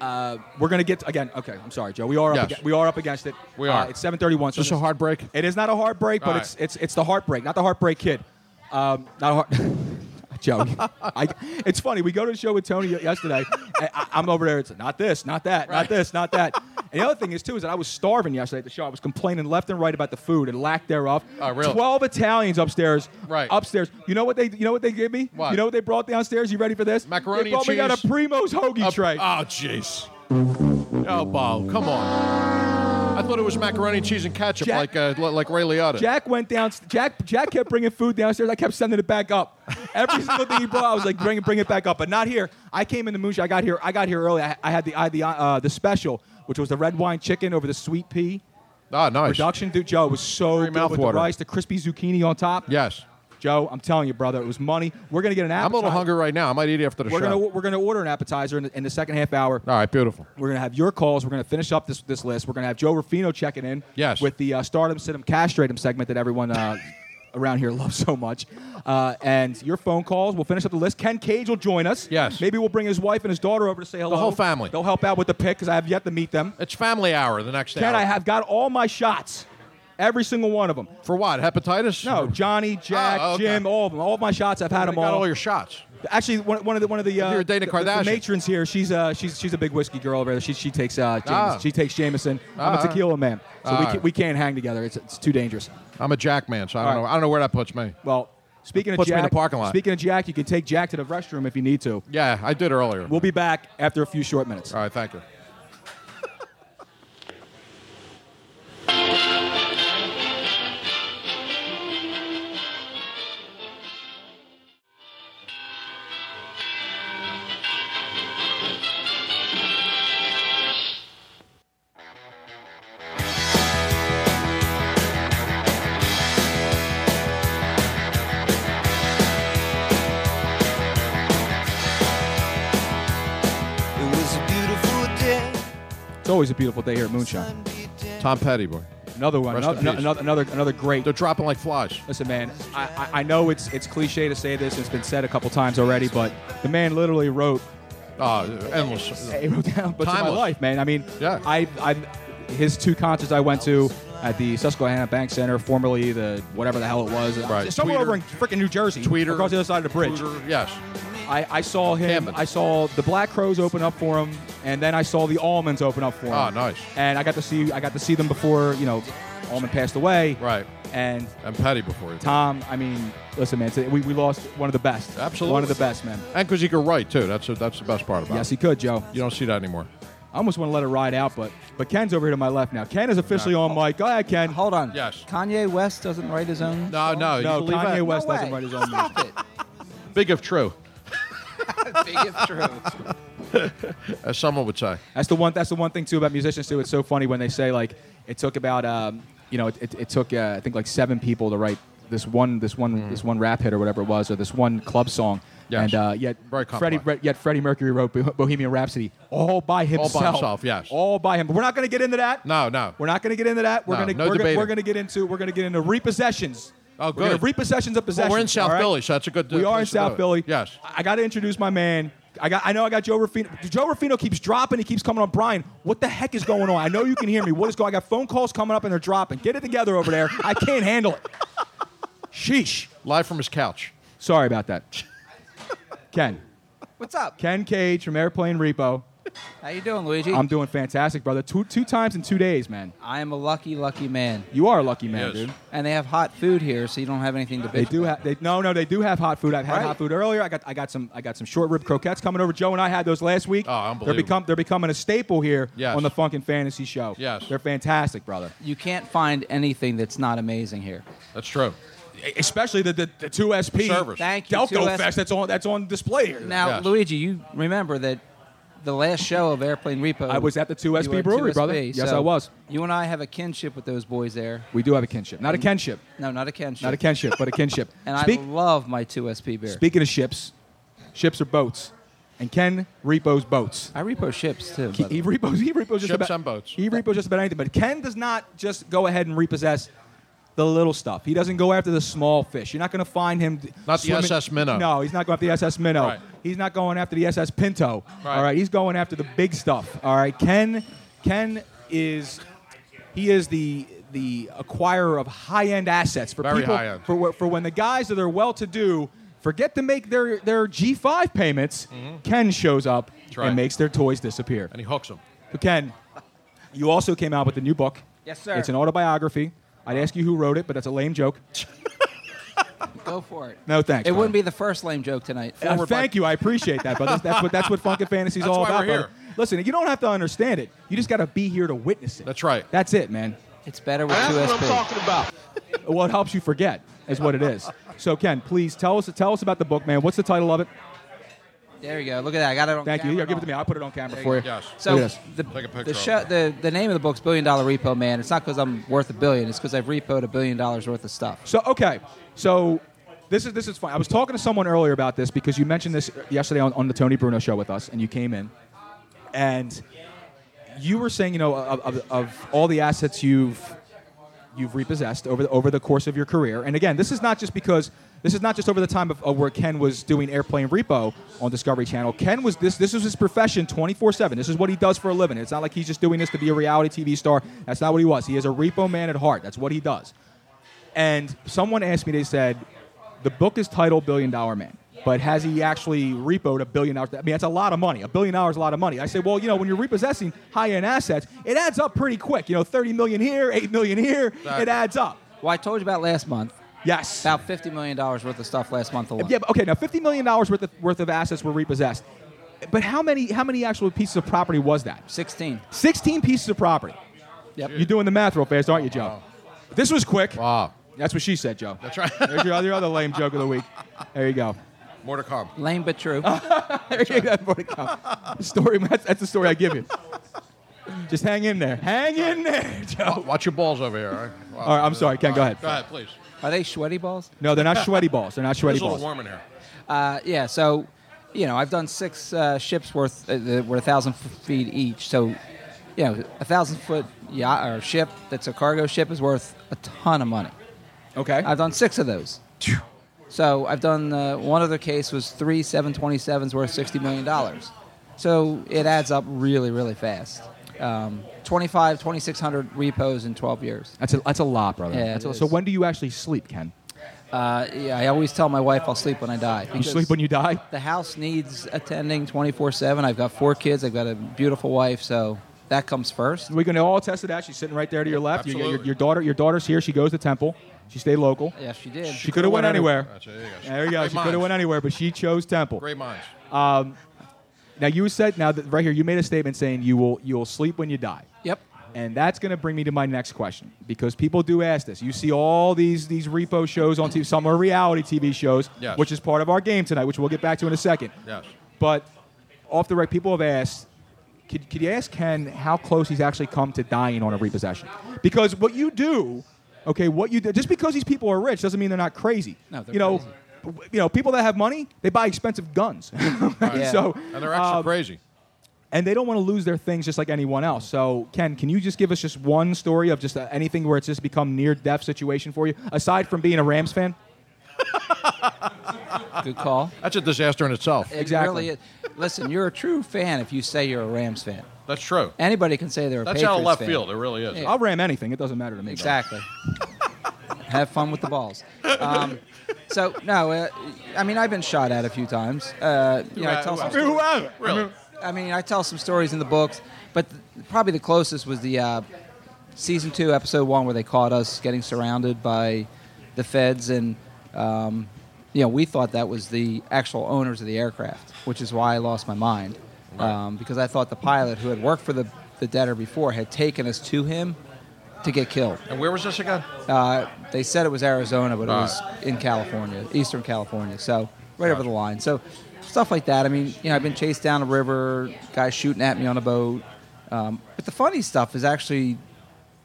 Uh, we're gonna get again. Okay, I'm sorry, Joe. We are up Yes. against, we are up against it. We Uh, are. it's 7:31. So Just a this- heartbreak. It is not a heartbreak, but All it's it's it's the heartbreak, not the heartbreak kid. Um, not a heart. Joe, I, it's funny. We go to a show with Tony yesterday. and I, I'm over there. It's not this, not that, not this, not that. And the other thing is too is that I was starving yesterday at the show. I was complaining left and right about the food and lack thereof. Oh, really? Twelve Italians upstairs. Right. Upstairs. You know what they? You know what they gave me? What? You know what they brought downstairs? You ready for this? Macaroni They and brought me out a cheese. Primo's hoagie Uh, tray. Oh, jeez. Oh, Bob, come on. I thought it was macaroni and cheese and ketchup, Jack- like uh, li- like Ray Liotta. Jack went down. Jack Jack kept bringing food downstairs. I kept sending it back up. Every single thing he brought, I was like, bring it, bring it back up. But not here. I came in the moonshine. I got here. I got here early. I, I had the I, the uh, the special, which was the red wine chicken over the sweet pea. Ah, nice. Production, dude, Joe it was so Very good with the mouthwatering. rice, the crispy zucchini on top. Yes, Joe, I'm telling you, brother, it was money. We're gonna get an I'm a appetizer. little hungry right now. I might eat after the We're show. gonna we're gonna order an appetizer in the, in the second half hour. All right, beautiful. We're gonna have your calls. We're gonna finish up this this list. We're gonna have Joe Rufino checking in. Yes. With the uh, Stardom Sit 'em Castrate 'em segment that everyone uh, around here loves so much, uh, and your phone calls. We'll finish up the list. Ken Cage will join us. Yes. Maybe we'll bring his wife and his daughter over to say hello. whole family. They'll help out with the pick because I have yet to meet them. It's family hour the next day. Ken, I have got all my shots, every single one of them. for what? Hepatitis? No, Or- Johnny, Jack, Oh, okay. Jim, all of them. All of my shots. I've had You them got all your shots. Actually, one, one of the one of the, uh, You're dating the- the- the Kardashian. matrons here. She's uh she's she's a big whiskey girl over there. She she takes uh James, Ah. she takes Jameson. I'm Ah. a tequila man, so we Ah. can, we can't hang together. It's it's too dangerous. I'm a Jack man, so I don't All right. know. I don't know where that puts me. Well, speaking of Puts me Jack, in the parking lot. Speaking of Jack, you can take Jack to the restroom if you need to. Yeah, I did earlier. We'll be back after a few short minutes. all right, thank you. It was a beautiful day. It's always a beautiful day here at Moonshine. Tom Petty, boy. Another one, Rest another, in peace. another another another great. They're dropping like flies. Listen, man, I, I I know it's it's cliche to say this. and It's been said a couple times already, but the man literally wrote Oh, endless. it wrote down books of my Timeless. life, man. I mean, Yeah. I, I, his two concerts I went to at the Susquehanna Bank Center, formerly the whatever the hell it was, Right. somewhere Tweeter. over in freaking New Jersey, Tweeter. across the other side of the bridge. Yes. I, I saw him. Hammond. I saw the Black Crows open up for him. and then I saw the almonds open up for him. Ah, nice. And I got to see I got to see them before you know, Almond passed away. Right. And and Petty before you. Tom, I mean, listen, man, today we, we lost one of the best. Absolutely. One of the best, man. And because he could write too. That's that's the best part about Yes, it. he could, Joe. You don't see that anymore. I almost want to let it ride out, but but Ken's over here to my left now. Ken is officially on mic. Go ahead, Ken. Hold on. Yes. Kanye West doesn't write his own. No, songs? no, you No, believe Kanye that? West No doesn't way. write his own. Stop music. Big if true, Big if true. as someone would say. That's the one. That's the one thing too about musicians too. It's so funny when they say like it took about um, you know it, it, it took uh, I think like seven people to write this one this one this one rap hit or whatever it was or this one club song. Mm-hmm. Yes. And uh, yet Very Freddie complex. yet Freddie Mercury wrote Bo- Bohemian Rhapsody all by himself. All by himself, yes. All by him. But we're not going to get into that. No, no. We're not going to get into that. We're No, going no we're gonna, debating. we're going to get into we're going to get into repossessions. Oh, We're good. gonna repossessions of Well, possessions. we're in South all right? Philly, so that's a good, uh, We are in place to do South it. Philly. Yes. I got to introduce my man. I got. I know I got Joe Rafino. Joe Rafino keeps dropping. He keeps coming on. Brian, what the heck is going on? I know you can hear me. What is going? I got phone calls coming up and they're dropping. Get it together over there. I can't handle it. Sheesh. Live from his couch. Sorry about that. Ken. What's up? Ken Cage from Airplane Repo. How you doing, Luigi? I'm doing fantastic, brother. Two two times in two days, man. I am a lucky, lucky man. You are a lucky man, dude. And they have hot food here, so you don't have anything to bitch. They do have. They, no, no, they do have hot food. I've had Right. hot food earlier. I got, I got some, I got some short rib croquettes coming over. Joe and I had those last week. Oh, unbelievable. They're become, they're becoming a staple here Yes. on the Funkin' Fantasy Show. Yes. they're fantastic, brother. You can't find anything that's not amazing here. That's true. Especially the the, the two SP Service. Thank you, Delco 2SP. Fest. That's on, that's on display here. Now, Luigi, you remember that the last show of Airplane Repo. I was at the you 2SP were at Brewery, 2SP, brother. Yes, so I was. You and I have a kinship with those boys there. Um, We do have a kinship, not a kinship, No, not a kinship. not a kinship, but a kinship. And Speak- I love my 2SP beer. Speaking of ships, ships are boats, and Ken repos boats. I repo ships too. He, he repos. He repos just Ships about and boats. He repos just about anything. But Ken does not just go ahead and repossess the little stuff. He doesn't go after the small fish. You're not going to find him. d- Not the swimming- SS Minnow. No, he's not going after the SS Minnow. Right. He's not going after the SS Pinto. Right. All right, he's going after the big stuff. All right, Ken. Ken is he is the the acquirer of high end assets for Very people high-end. for wh- for when the guys that are well to do forget to make their their G5 payments. Ken shows up right. and makes their toys disappear. And he hooks him. So Ken, you also came out with a new book. Yes, sir. It's an autobiography. I'd ask you who wrote it, but that's a lame joke. Go for it. No, thanks, It brother. wouldn't be the first lame joke tonight. Uh, thank you. I appreciate that, but that's what that's what Funkin' Fantasy's That's all why about. we're here. brother. Listen, you don't have to understand it. You just got to be here to witness it. That's right. That's it, man. It's better with 2SP. about. well, it helps you forget, is what it is. So, Ken, please tell us tell us about the book, man. What's the title of it? There you go. Look at that. I got it on Thank you. camera. Here, give it to me. I'll put it on camera There for you. you go. So Look at this. the, Take a picture the, of show, the, the name of the book's Billion Dollar Repo Man. It's not because I'm worth a billion. It's because I've repoed a billion dollars worth of stuff. So okay, so this is this is fun. I was talking to someone earlier about this because you mentioned this yesterday on, on the Tony Bruno show with us, and you came in, and you were saying, you know, of, of, of all the assets you've you've repossessed over the, over the course of your career, and again, this is not just because this is not just over the time of, of where Ken was doing airplane repo on Discovery Channel. Ken was this this was his profession, twenty four seven. This is what he does for a living. It's not like he's just doing this to be a reality TV star. That's not what he was. He is a repo man at heart. That's what he does. And someone asked me, they said, the book is titled Billion Dollar Man, but has he actually repoed a billion dollars? I mean, that's a lot of money. A billion dollars is a lot of money. I say, well, you know, when you're repossessing high end assets, it adds up pretty quick. You know, 30 million here, 8 million here, it adds up. Well, I told you about last month. Yes. About $50 million worth of stuff last month alone. Yeah, but okay, now $50 million worth of, worth of assets were repossessed. But how many, how many actual pieces of property was that? 16. 16 pieces of property. Yep. You're doing the math real fast, aren't you, Joe? This was quick. Wow. That's what she said, Joe. That's right. There's your, your other lame joke of the week. There you go. More to come. Lame but true. There you go, more to come. Story, that's, that's the story I give you. Just hang in there. Hang in there, Joe. Watch your balls over here. All right. Wow. All right, I'm sorry. Ken, go ahead. Go ahead, please. Are they sweaty balls? No, they're not sweaty balls. They're not sweaty It's a little balls. warm in here. Uh, yeah, so, you know, I've done six uh, ships worth, uh, that were 1,000 f- feet each. So, you know, a 1,000 foot yacht or ship that's a cargo ship is worth a ton of money. Okay. I've done six of those. So I've done uh, one other case was three 727s worth $60 million. So it adds up really, really fast. Um, 25, 2,600 repos in 12 years. That's a, that's a lot, brother. Yeah, That's it a- so is. when do you actually sleep, Ken? Uh, yeah, I always tell my wife I'll sleep when I die. You sleep when you die. The house needs attending 24/7. I've got four kids. I've got a beautiful wife, so that comes first. We can all test it out. She's sitting right there to your left. You- Your, your, daughter, your daughter's here. She goes to Temple. She stayed local. Yeah, she did. She, could have went anywhere. There you go. Great she could have minds. went anywhere, but she chose Temple. Great minds. Um, now you said now that right here you made a statement saying you will you will sleep when you die. Yep. And that's going to bring me to my next question because people do ask this. You see all these these repo shows on TV. Some are reality TV shows, Yes. which is part of our game tonight, which we'll get back to in a second. Yes. But off the right, people have asked. Could, could you ask Ken how close he's actually come to dying on a repossession? Because what you do, okay, what you do, just because these people are rich doesn't mean they're not crazy. No, they're you know, w- you know, people that have money, they buy expensive guns. Yeah. Oh, So um, And they're um, actually crazy. And they don't want to lose their things just like anyone else. So, Ken, can you just give us just one story of just uh, anything where it's just become near death situation for you, aside from being a Rams fan? Good call. That's a disaster in itself. It really is. Listen, you're a true fan if you say you're a Rams fan. That's true. Anybody can say they're a That's Patriots out of left fan. field. It really is. Oh, Yeah. I'll ram anything. It doesn't matter to me. Exactly. Have fun with the balls. Um, so no, uh, I mean I've been shot at a few times. Uh, you know, I tell some stories- Really? I mean, I tell some stories in the books, but th- probably the closest was the uh, season two, episode one, where they caught us getting surrounded by the feds, and um, you know, we thought that was the actual owners of the aircraft, which is why I lost my mind um, because I thought the pilot who had worked for the the debtor before had taken us to him to get killed. And where was this again? Uh, they said it was Arizona, but it Right. was in California, Eastern California. So right over the line. So stuff like that. I mean, you know, I've been chased down a river, guys shooting at me on a boat. Um, but the funny stuff is actually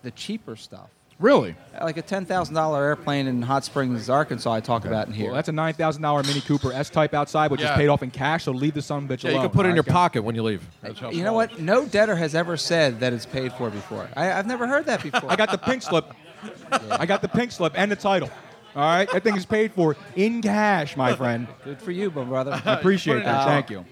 the cheaper stuff. Really? Like a ten thousand dollar airplane in Hot Springs, Arkansas. I talk about in here. Well, that's a nine thousand dollar Mini Cooper S Type outside, which Yeah. is paid off in cash. So leave the son of a bitch Yeah, you alone. can put it in All your right, Ken? pocket when you leave. That's how you know what? No debtor has ever said that it's paid for before. I, I've never heard that before. I got the pink slip. I got the pink slip and the title. All right, that thing is paid for in cash, my friend. Good for you, my brother. Uh, I appreciate that. Thank you.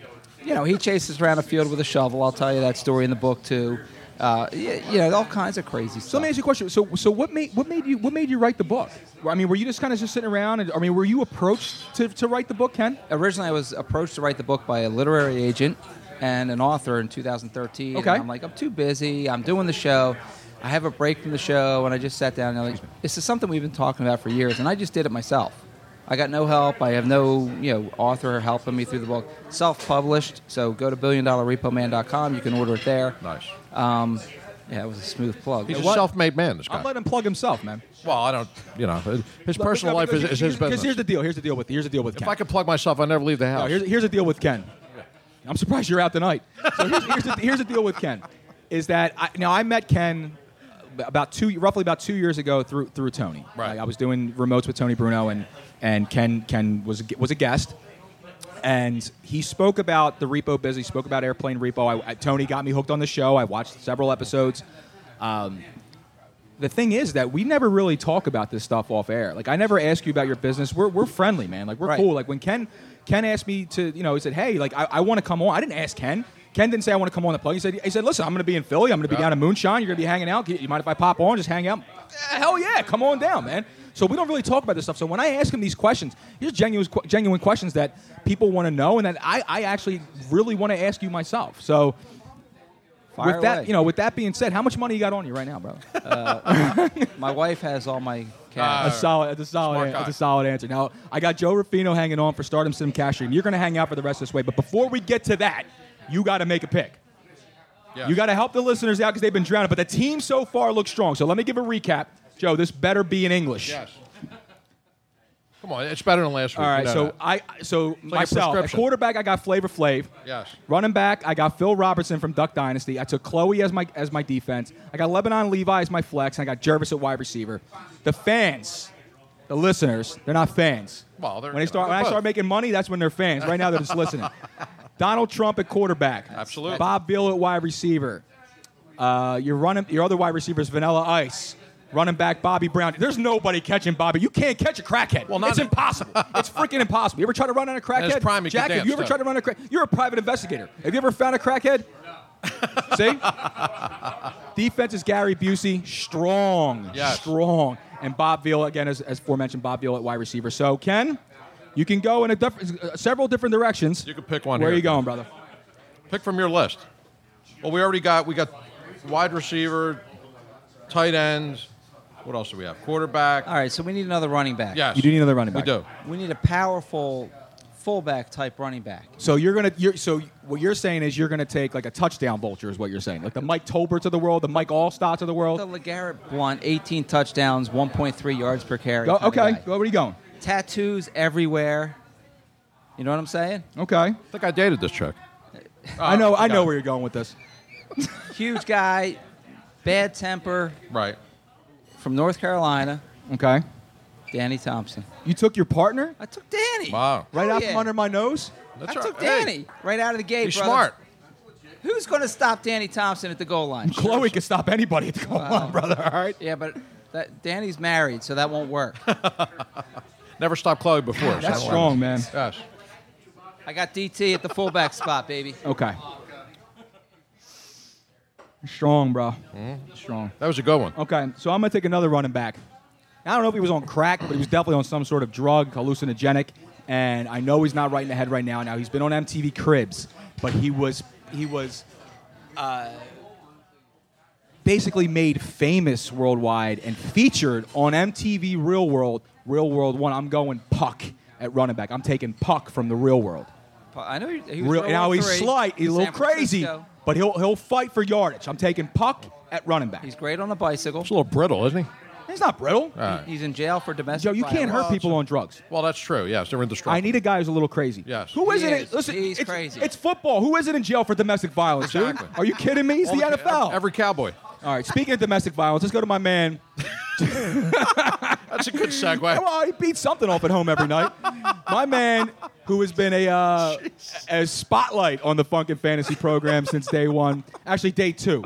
you know, he chases around a field with a shovel. I'll tell you that story in the book too. Uh, y- you know, all kinds of crazy stuff. So let me ask you a question. So, so what made what made you what made you write the book? I mean, were you just kind of just sitting around? And, I mean, were you approached to, to write the book, Ken? Originally, I was approached to write the book by a literary agent and an author in 2013. Okay. And I'm like, I'm too busy. I'm doing the show. I have a break from the show, and I just sat down and I'm like, this is something we've been talking about for years, and I just did it myself. I got no help. I have no, you know, author helping me through the book. Self-published, so go to billiondollarrepoman.com. You can order it there. Nice. Um, yeah, it was a smooth plug. He's It a was- self-made man. This guy. I'm letting him plug himself, man. Well, I don't. You know, his personal life is, is his Because business. here's the deal. Here's the deal with here's the deal with If Ken. I could plug myself, I never leave the No, house. here's, here's the deal with Ken. I'm surprised you're out tonight. So here's, here's, the, here's the deal with Ken, is that I, now I met Ken about two, roughly about two years ago through through Tony. Right. I was doing remotes with Tony Bruno, and and Ken Ken was a gu- was a guest, and he spoke about the repo biz. He spoke about airplane repo. I, I- Tony got me hooked on the show. I watched several episodes. Um, the thing is that we never really talk about this stuff off air. Like I never ask you about your business. We're, we're friendly, man. Like we're cool. Like when Ken Ken asked me to, you know, he said, "Hey, like I, I want to come on." I didn't ask Ken. Ken didn't say I want to come on the plug. He said, "He said, listen, I'm going to be in Philly. I'm going to be down in Moonshine. You're going to be hanging out. You mind if I pop on? Just hang out." Eh, Hell yeah, come on down, man. So we don't really talk about this stuff. So when I ask him these questions, these are genuine genuine questions that people want to know, and that I, I actually really want to ask you myself. So. Fire with that, away. you know, with that being said, how much money you got on you right now, bro? Uh, my wife has all Uh, my cash. a solid, that's a solid, guy. that's a solid answer. Now I got Joe Ruffino hanging on for Stardom Sim Cashing. You're going to hang out for the rest of this way, but before we get to that, you got to make a pick. You got to help the listeners out because they've been drowning. But the team so far looks strong. So let me give a recap, Joe. This better be in English. Yes. Come on, it's better than last week. All right. you know So that. I, so like a myself, at prescription. quarterback, I got Flavor Flav. Yes. Running back, I got Phil Robertson from Duck Dynasty. I took Chloe as my as my defense. I got Lebanon Levi as my flex, and I got Jervis at wide receiver. The fans, the listeners, they're not fans. Well, they're- when they start when I both. start making money, that's when they're fans. Right now, they're just listening. Donald Trump at quarterback. Absolutely. Bob Beal at wide receiver. Uh, your running your other wide receiver is Vanilla Ice. Running back Bobby Brown. There's nobody catching Bobby. You can't catch a crackhead. Well, it's impossible. it's freaking impossible. You ever try to run on a In his crackhead? prime, he could Jack, have dance, you ever though. tried to run a crack? You're a private investigator. Have you ever found a crackhead? See? Defense is Gary Busey. Strong. Yes. Strong. and Bob Veal again, as, as aforementioned, Bob Veal at wide receiver. So Ken, you can go in a diff- uh, several different directions. You can pick one. Where here. are you going, brother? Pick from your list. Well, we already got we got wide receiver, tight end. What else do we have? Quarterback. All right, so we need another running back. Yes. You do need another running We back. do. We need a powerful fullback type running back. So you're gonna you're so what you're saying is you're gonna take like a touchdown vulture is what you're saying like the Mike Tolbert to the world the Mike Allstott to the world The LeGarrette Blunt, 18 touchdowns, 1.3 yards per carry. Oh, kinda okay. guy. Well, where are you going? Tattoos everywhere. You know what I'm saying? Okay. I think I dated this chick. I know I got know it. where you're going with this. Huge guy, bad temper. Right. From North Carolina, Okay. Danny Thompson. You took your partner? I took Danny. Wow. Right Hell out yeah. from under my nose? That's I right. took Hey. Danny right out of the gate. He's brother. smart. Who's going to stop Danny Thompson at the goal line? Chloe can stop anybody at the goal line, brother. All right. Yeah, but that, Danny's married, so that won't work. Never stopped Chloe before. so That's I strong, wanted- man. Yes. I got DT at the fullback spot, baby. Okay. Strong, bro. Strong. That was a good one. Okay, so I'm gonna take another running back. I don't know if he was on crack, but he was definitely on some sort of drug, hallucinogenic, and I know he's not right in the head right now. Now he's been on MTV Cribs, but he was he was uh, basically made famous worldwide and featured on MTV Real World, Real World One. I'm going Puck at running back. I'm taking Puck from the Real World. I know he, he was Real, Pro now he's 103, slight, he's a San little crazy, Francisco. but he'll he'll fight for yardage. I'm taking Puck at running back. He's great on a bicycle. He's a little brittle, isn't he? He's not brittle. He's in jail for domestic. Joe, you can't hurt people on drugs. Well, that's true. Yes, they're in the struggle. I need a guy who's a little crazy. Yes. Who is He it? is. Listen, He's it's, crazy. It's football. Who isn't in jail for domestic violence? dude? Exactly. Are you kidding me? He's All the the- NFL. Every cowboy. All right. Speaking of domestic violence, let's go to my man. That's a good segue. Well, he beats something off at home every night. my man, who has been a uh, a spotlight on the Funk and Fantasy program since day one. Actually, day two.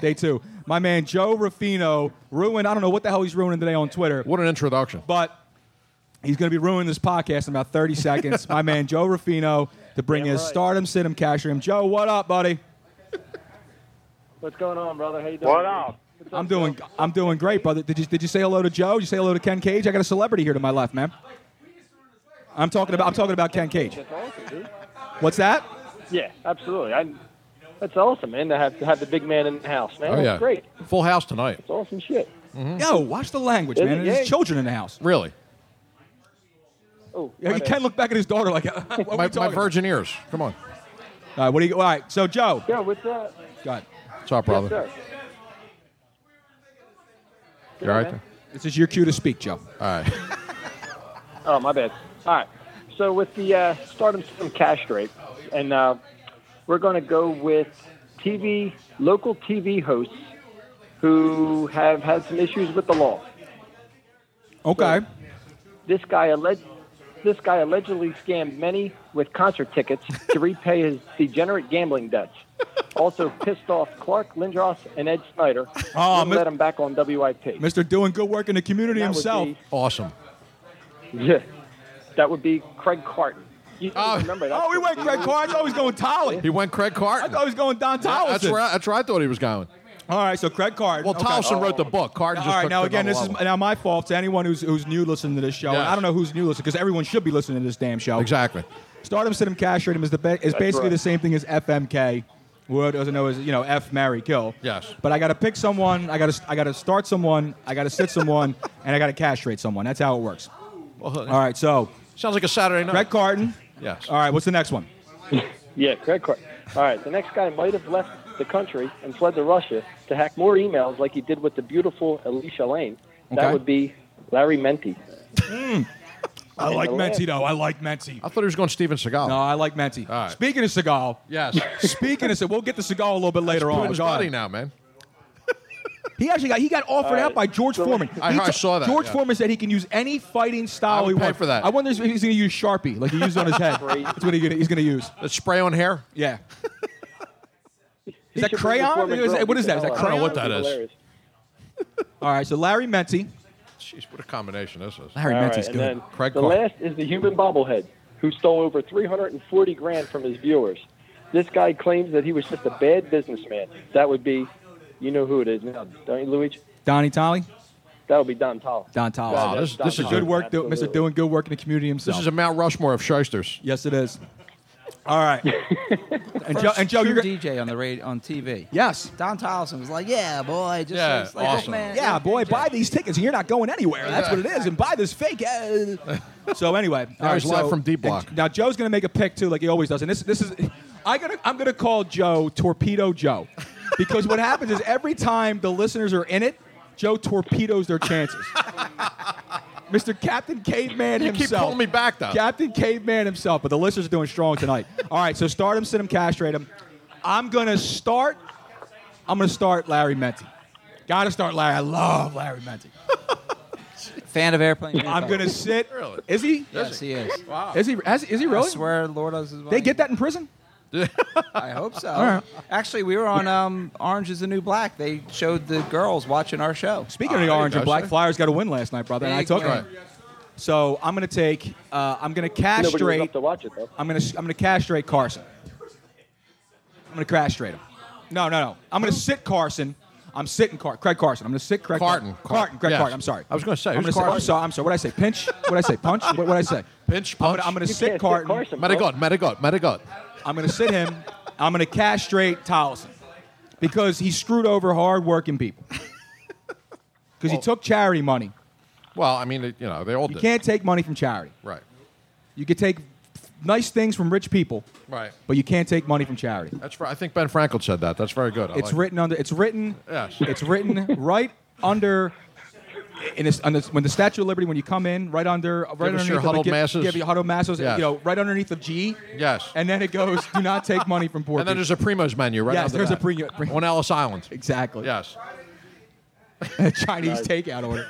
Day two. My man Joe Ruffino ruined. I don't know what the hell he's ruining today on Twitter. What an introduction. But he's going to be ruining this podcast in about 30 seconds. My man Joe Ruffino to bring his stardom, sit him, casher him. Joe, what up, buddy? What's going on, brother? How you doing? What up? I'm doing I'm doing great, brother. Did you did you say hello to Joe? Did you say hello to Ken Cage? I got a celebrity here to my left, man. I'm talking about I'm talking about Ken Cage. That's awesome, dude. What's that? Yeah, absolutely. I, that's awesome, man. To have to have the big man in the house, man. Oh, That's yeah. great. Full house tonight. It's awesome shit. Yo, watch the language, Hmm. Is man. it? There's Yeah. children in the house. Really? Oh, Yeah, my he bad. Ken looked back at his daughter like, Oh, what are we My, my talking virgin ears. Come on. about? All right, what do you? All right, so Joe, Yeah, what's up? go ahead. What's up, Yes, brother? sir. You all right there? This is your cue to speak, Joe. All right. Oh, my bad. All right. So with the uh, Stardom Slim cash rate, and uh, we're going to go with TV local TV hosts who have had some issues with the law. Okay. This guy alleged this guy allegedly scammed many with concert tickets to repay his degenerate gambling debts. Also pissed off Clark Lindros and Ed Snyder. Oh, and Mis- let him back on WIP. Mr. Doing good work in the community That would himself. be- Awesome. Yeah, that would be Craig Carton. You Oh. remember that? Oh, we went Craig Carr. I thought he was going Tolly. He went Craig I Carton. thought he was going Don Tolleson. That's where, I, that's where I thought he was going. All right, so Craig Carr. Well, okay. Oh. Tolleson wrote the book. Carton All just right, took now the again, this is level. now my fault to anyone who's who's new listening to this show. And Yes. I don't know who's new listening because everyone should be listening to this damn show. Exactly. Stardom, sit him, cash rate him is the ba- is That's basically right. the same thing as FMK. Who doesn't know is you know F marry kill. Yes. But I got to pick someone. I got to I got to start someone. I got to sit someone, and I got to cash rate someone. That's how it works. Well, All right, so Sounds like a Saturday night. Craig Carton. Yes. All right, what's the next one? Yeah, Craig Carton. All right, the next guy might have left the country and fled to Russia to hack more emails like he did with the beautiful Alicia Lane. Okay. That would be Larry Menti. I like the last- Menti though. I like Menti. I thought he was going Steven Seagal. No, I like Menti. right. Speaking of Seagal, Yes. speaking of Seagal, we'll get to Seagal a little bit later on. Putin's Go ahead. buddy now, man. He actually got he got offered All out right. by George So- Foreman. I- He I t- saw that, George yeah. Foreman said he can use any fighting style I would he pay wants. for that. I wonder if he's going to use Sharpie like he used on his head. Crazy. That's what he gonna, he's going to use. The spray on hair. Yeah. He Is should bring that the crayon? Foreman Is that- girl. what is that? Is that Oh, crayon? I don't know what that is. Hilarious. All right. So Larry Menti. Jeez, what a combination this is. Larry All right, Menti's and good. then Craig the Carr. last is the human bobblehead who stole over 340 grand from his viewers. This guy claims that he was just a bad businessman. That would be, you know who it is now, don't you, Luigi? Donnie Tolly. That'll be Don Tolliver. Don Tolliver. Wow, this- this is good work, do, Absolutely. Mr. Doing good work in the community himself. This is a Mount Rushmore of shysters. Yes, it is. All right. and, Joe, First and Joe, true you're gonna- DJ on the radio on TV. Yes. Don Tolleson was like, "Yeah, boy, just Yeah, just like, oh, awesome. man, yeah, boy, buy these tickets and you're not going anywhere. That's Yeah. what it is. And buy this fake. uh, so anyway, all was live from D Block. and Now Joe's gonna make a pick too, like he always does. And this this is I gonna I'm gonna call Joe Torpedo Joe because what happens is every time the listeners are in it, Joe torpedoes their chances. Mr. Captain Caveman You keep himself. pulling me back, Oh. though. Captain Caveman himself, but the listeners are doing strong tonight. All right, so start him, sit him, castrate him. I'm gonna start. I'm gonna start Larry Menti. Gotta start Larry. I love Larry Menti. Fan of airplane. I'm gonna sit. Is he? Yes, he is. Wow. Is he? Has, is he really? I swear, Lord knows his They get that in prison? I hope so. All right. Actually, we were on um, Orange Is the New Black. They showed the girls watching our show. Speaking of the orange and black, Flyers got a win last night, brother, and I Big took win. it. So I'm gonna take. Uh, I'm gonna Nobody was castrate. up to watch it though. I'm gonna. I'm gonna castrate Carson. I'm gonna castrate him. No, no, no. I'm gonna sit Carson. I'm sitting Car- Craig Carson. I'm gonna sit Craig Carton. Car- Carton. Craig Yes. Carton. I'm sorry. I was gonna say, I'm who's gonna sit- I'm Carton? sorry. I'm sorry. What did I say? Pinch. What did I say? Punch. What did I say? Pinch, I'm punch. gonna, I'm gonna You sit can't sit Carton. Carson, Mighty bro. God, mighty God, mighty God. I'm gonna sit him. I'm gonna castrate Towson because he screwed over hard-working people because he took charity money. Well, I mean, it- you know, they all You did. can't take money from charity. Right. You can take nice things from rich people, Right. but you can't take money from charity. That's right. I think Ben Franklin said that. That's very good. I it's like written under. It's written. Yes. It's written right under. In this, on this, when the Statue of Liberty, when you come in, right under, right Give us underneath your the- huddled give, masses. give you huddled masses, Yes. you know, right underneath the G. Yes. And then it goes, do not take money from poor it. And then people. there's a Primo's menu right Yes, under there's a that. Primo- Primo- On Ellis Island. Exactly. Yes. Chinese takeout order.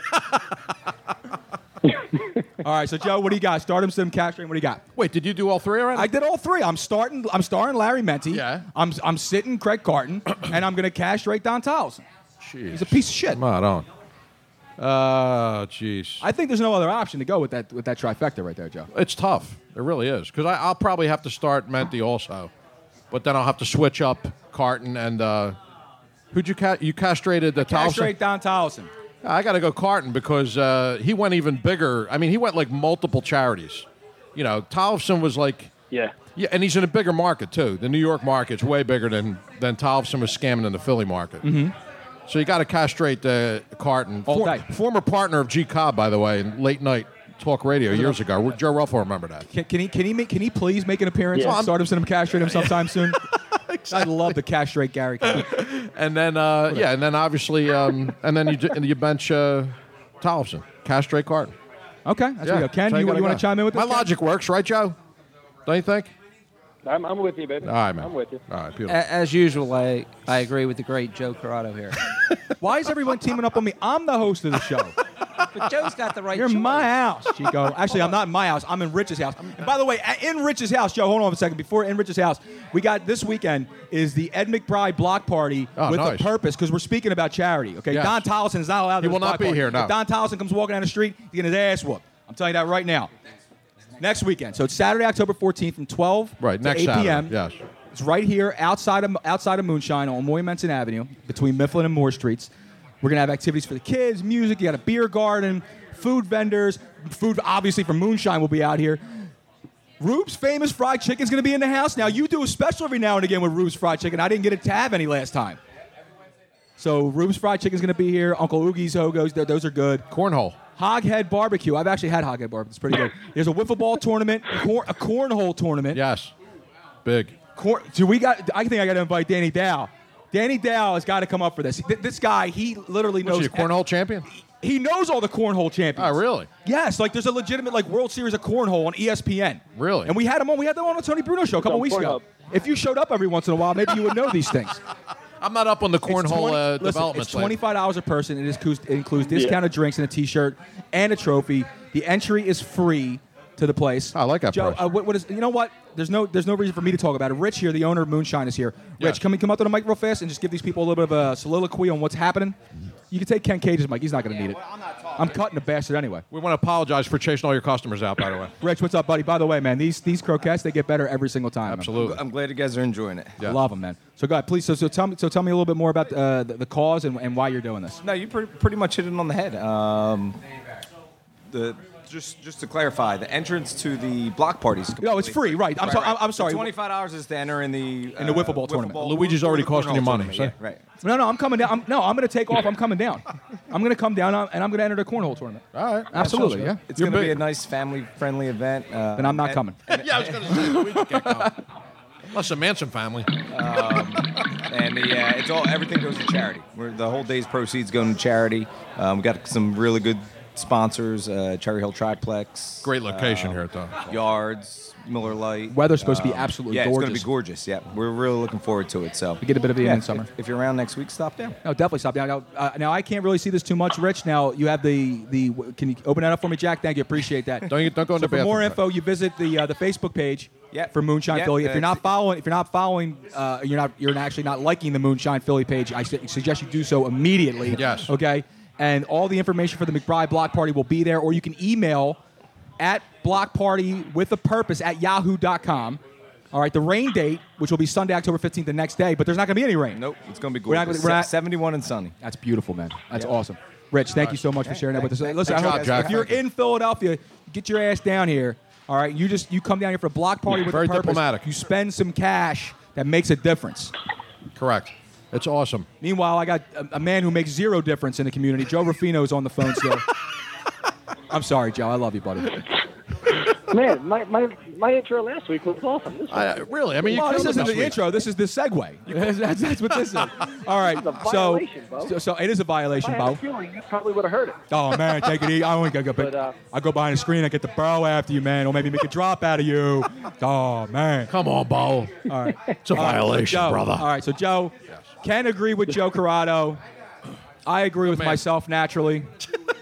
all right, so Joe, what do you got? Start him, sim, cash, what do you got? Wait, did you do all three already? I did all three. I'm starting. I'm starring Larry Menti. Yeah. I'm I'm sitting Craig Carton, and I'm gonna cash right Don Towles. He's a piece of shit. Come on. Oh, jeez. I think there's no other option to go with that with that trifecta right there, Joe. It's tough. It really is. Because I'll probably have to start Menti also. But then I'll have to switch up Carton and. Uh, who'd you ca- You castrated the Towson? Castrate Don Towleson. I got to go Carton because uh, he went even bigger. I mean, he went like multiple charities. You know, Tolleson was like, Yeah. yeah, and he's in a bigger market too. The New York market's way bigger than than Tolleson was scamming in the Philly market. So you got to castrate uh, Carton, All day. former partner of G Cobb, by the way, in late night talk radio years ago. Joe Ruff will remember that. Can, can he can he make, can he please make an appearance Yeah. on Stardom Cinema Castrate him sometime soon? I'd love to castrate Gary. King. And then, uh, yeah, and then obviously, um, and then you ju- and you bench uh, Tolleson, castrate Carton. Okay, that's Yeah, we go. Ken, so you, gotta want go. to chime in with My this? Ken? logic works, right, Joe? Don't you think? I'm, I'm with you, baby. All right, man. I'm with you. All right, A- beautiful. as usual, I, I agree with the great Joe Corrado here. Why is everyone teaming up on me? I'm the host of the show. but Joe's got the right. You're in choice. my house, Chico. Actually, I'm not in my house. I'm in Rich's house. And by the way, a- in Rich's house, Joe, hold on a second. Before in Rich's house, we got this weekend is the Ed McBride block party Oh, with nice. a purpose because we're speaking about charity. Okay, Yes. Don Tolleson is not allowed. He to will this not block be party. here, no. If Don Tolleson comes walking down the street, he's getting his ass whooped. I'm telling you that right now. Next weekend, so it's Saturday, October 14th, from 12 Right, to next 8 Saturday, p.m. yes. It's right here outside of outside of Moonshine on Moymenson Avenue between Mifflin and Moore Streets. We're gonna have activities for the kids, music. You got a beer garden, food vendors, food obviously from Moonshine will be out here. Rube's famous fried chicken's gonna be in the house. Now you do a special every now and again with Rube's fried chicken. I didn't get a tab any last time. So Rube's fried chicken's gonna be here. Uncle Oogie's hogos, th- those are good. Cornhole. Hoghead barbecue. I've actually had hoghead barbecue. It's pretty good. There's a wiffle ball tournament, a, cor- a cornhole tournament. Yes. Big. Cor- so we got. I think I got to invite Danny Dow. Danny Dow has got to come up for this. Th- this guy, he literally Was knows. e-, he a cornhole champion? He knows all the cornhole champions. Oh, really? Yes, like there's a legitimate like World Series of Cornhole on E ESPN. Really? And we had him on. We had them on the Tony Bruno show a couple on weeks ago. Pornhub. If you showed up every once in a while, maybe you would know these things. I'm not up on the It's cornhole 20 uh, listen, development. It's slate. twenty five dollars a person. It, is, it includes discounted drinks and a T-shirt and a trophy. The entry is free to the place. I like that Joe, price. uh, what- what is? You know what? There's no there's no reason for me to talk about it. Rich here, the owner of Moonshine, is here. Rich, Yes. come come up to the mic real fast and just give these people a little bit of a soliloquy on what's happening. You can take Ken Cage's mic. He's not going to need it. I'm not talking. I'm cutting the bastard anyway. We want to apologize for chasing all your customers out, by the way. Rich, what's up, buddy? By the way, man, these these croquettes they get better every single time. Absolutely. I'm glad you guys are enjoying it. I love them, man. So, go ahead, please. So, so tell me, so tell me a little bit more about uh, the, the cause and, and why you're doing this. No, you pretty, pretty much hit it on the head. Um, the just just to clarify, the entrance to the block parties. No, it's free, right? I'm so- I'm- I'm sorry. Twenty five dollars is to enter in the uh, In the wiffle ball tournament. Luigi's already costing you money, Yeah, so- right. No, no, I'm coming down. I'm, no, I'm going to take off. I'm coming down. I'm going to come down uh, and I'm going to enter the cornhole tournament. All right. Absolutely, yeah. It's going to be a nice family friendly event. Uh, Then I'm not and- coming. yeah, I was going to say, we can get going. Unless the Manson family. and the, uh, it's all everything goes to charity. We're, the whole day's proceeds going to charity. Um, we got some really good sponsors: uh, Cherry Hill Triplex, Great location here at the- Yards, Miller Lite. Weather's supposed to be absolutely Uh, yeah, it's going gorgeous. to be gorgeous. Yeah, we're really looking forward to it. So We get a bit of the yeah, Indian summer. If, if you're around next week, stop down. No, definitely stop down. Now, uh, now I can't really see this too much, Rich. Now you have the the. Can you open that up for me, Jack? Thank you, appreciate that. Don't you- don't go in so the for more bathroom, info, you visit the uh, the Facebook page. Yep. For Moonshine Yep, Philly, if you're that's- not following, if you're not following, uh, you're not you're actually not liking the Moonshine Philly page. I su- suggest you do so immediately. Yes. Okay. And all the information for the McBride Block Party will be there, or you can email at block party with a purpose at yahoo.com. All right, the rain date, which will be Sunday, October 15th, the next day, but there's not going to be any rain. Nope, it's going to be We're not gorgeous. gonna- we're not- 71 and sunny. That's beautiful, man. That's awesome. Rich, thank you so much for sharing that with us. Listen, I Good hope job, Jack. if you're in Philadelphia, get your ass down here. All right, you just you come down here for a block party with Very a purpose. diplomatic. You spend some cash that makes a difference. Correct. It's awesome. Meanwhile, I got a, a man who makes zero difference in the community. Joe Rufino's on the phone still. I'm sorry, Joe. I love you, buddy. Man, my, my, my intro last week was awesome. This I, really? I mean, you Well, this killed it isn't this the week. intro. This is the segue. that's, that's what this is. All right. It's a so, violation, Bo. so, so it is a if I violation, had a Bo. feeling you probably would have heard it. Oh man, take it easy. I only go go, But, uh, I go behind the screen. I get the barrel after you, man. Or maybe make a drop out of you. Oh man, come on, Bo. All right, It's a All right, so violation, Joe- brother. All right, so Joe can agree with Joe Corrado. I agree with myself naturally.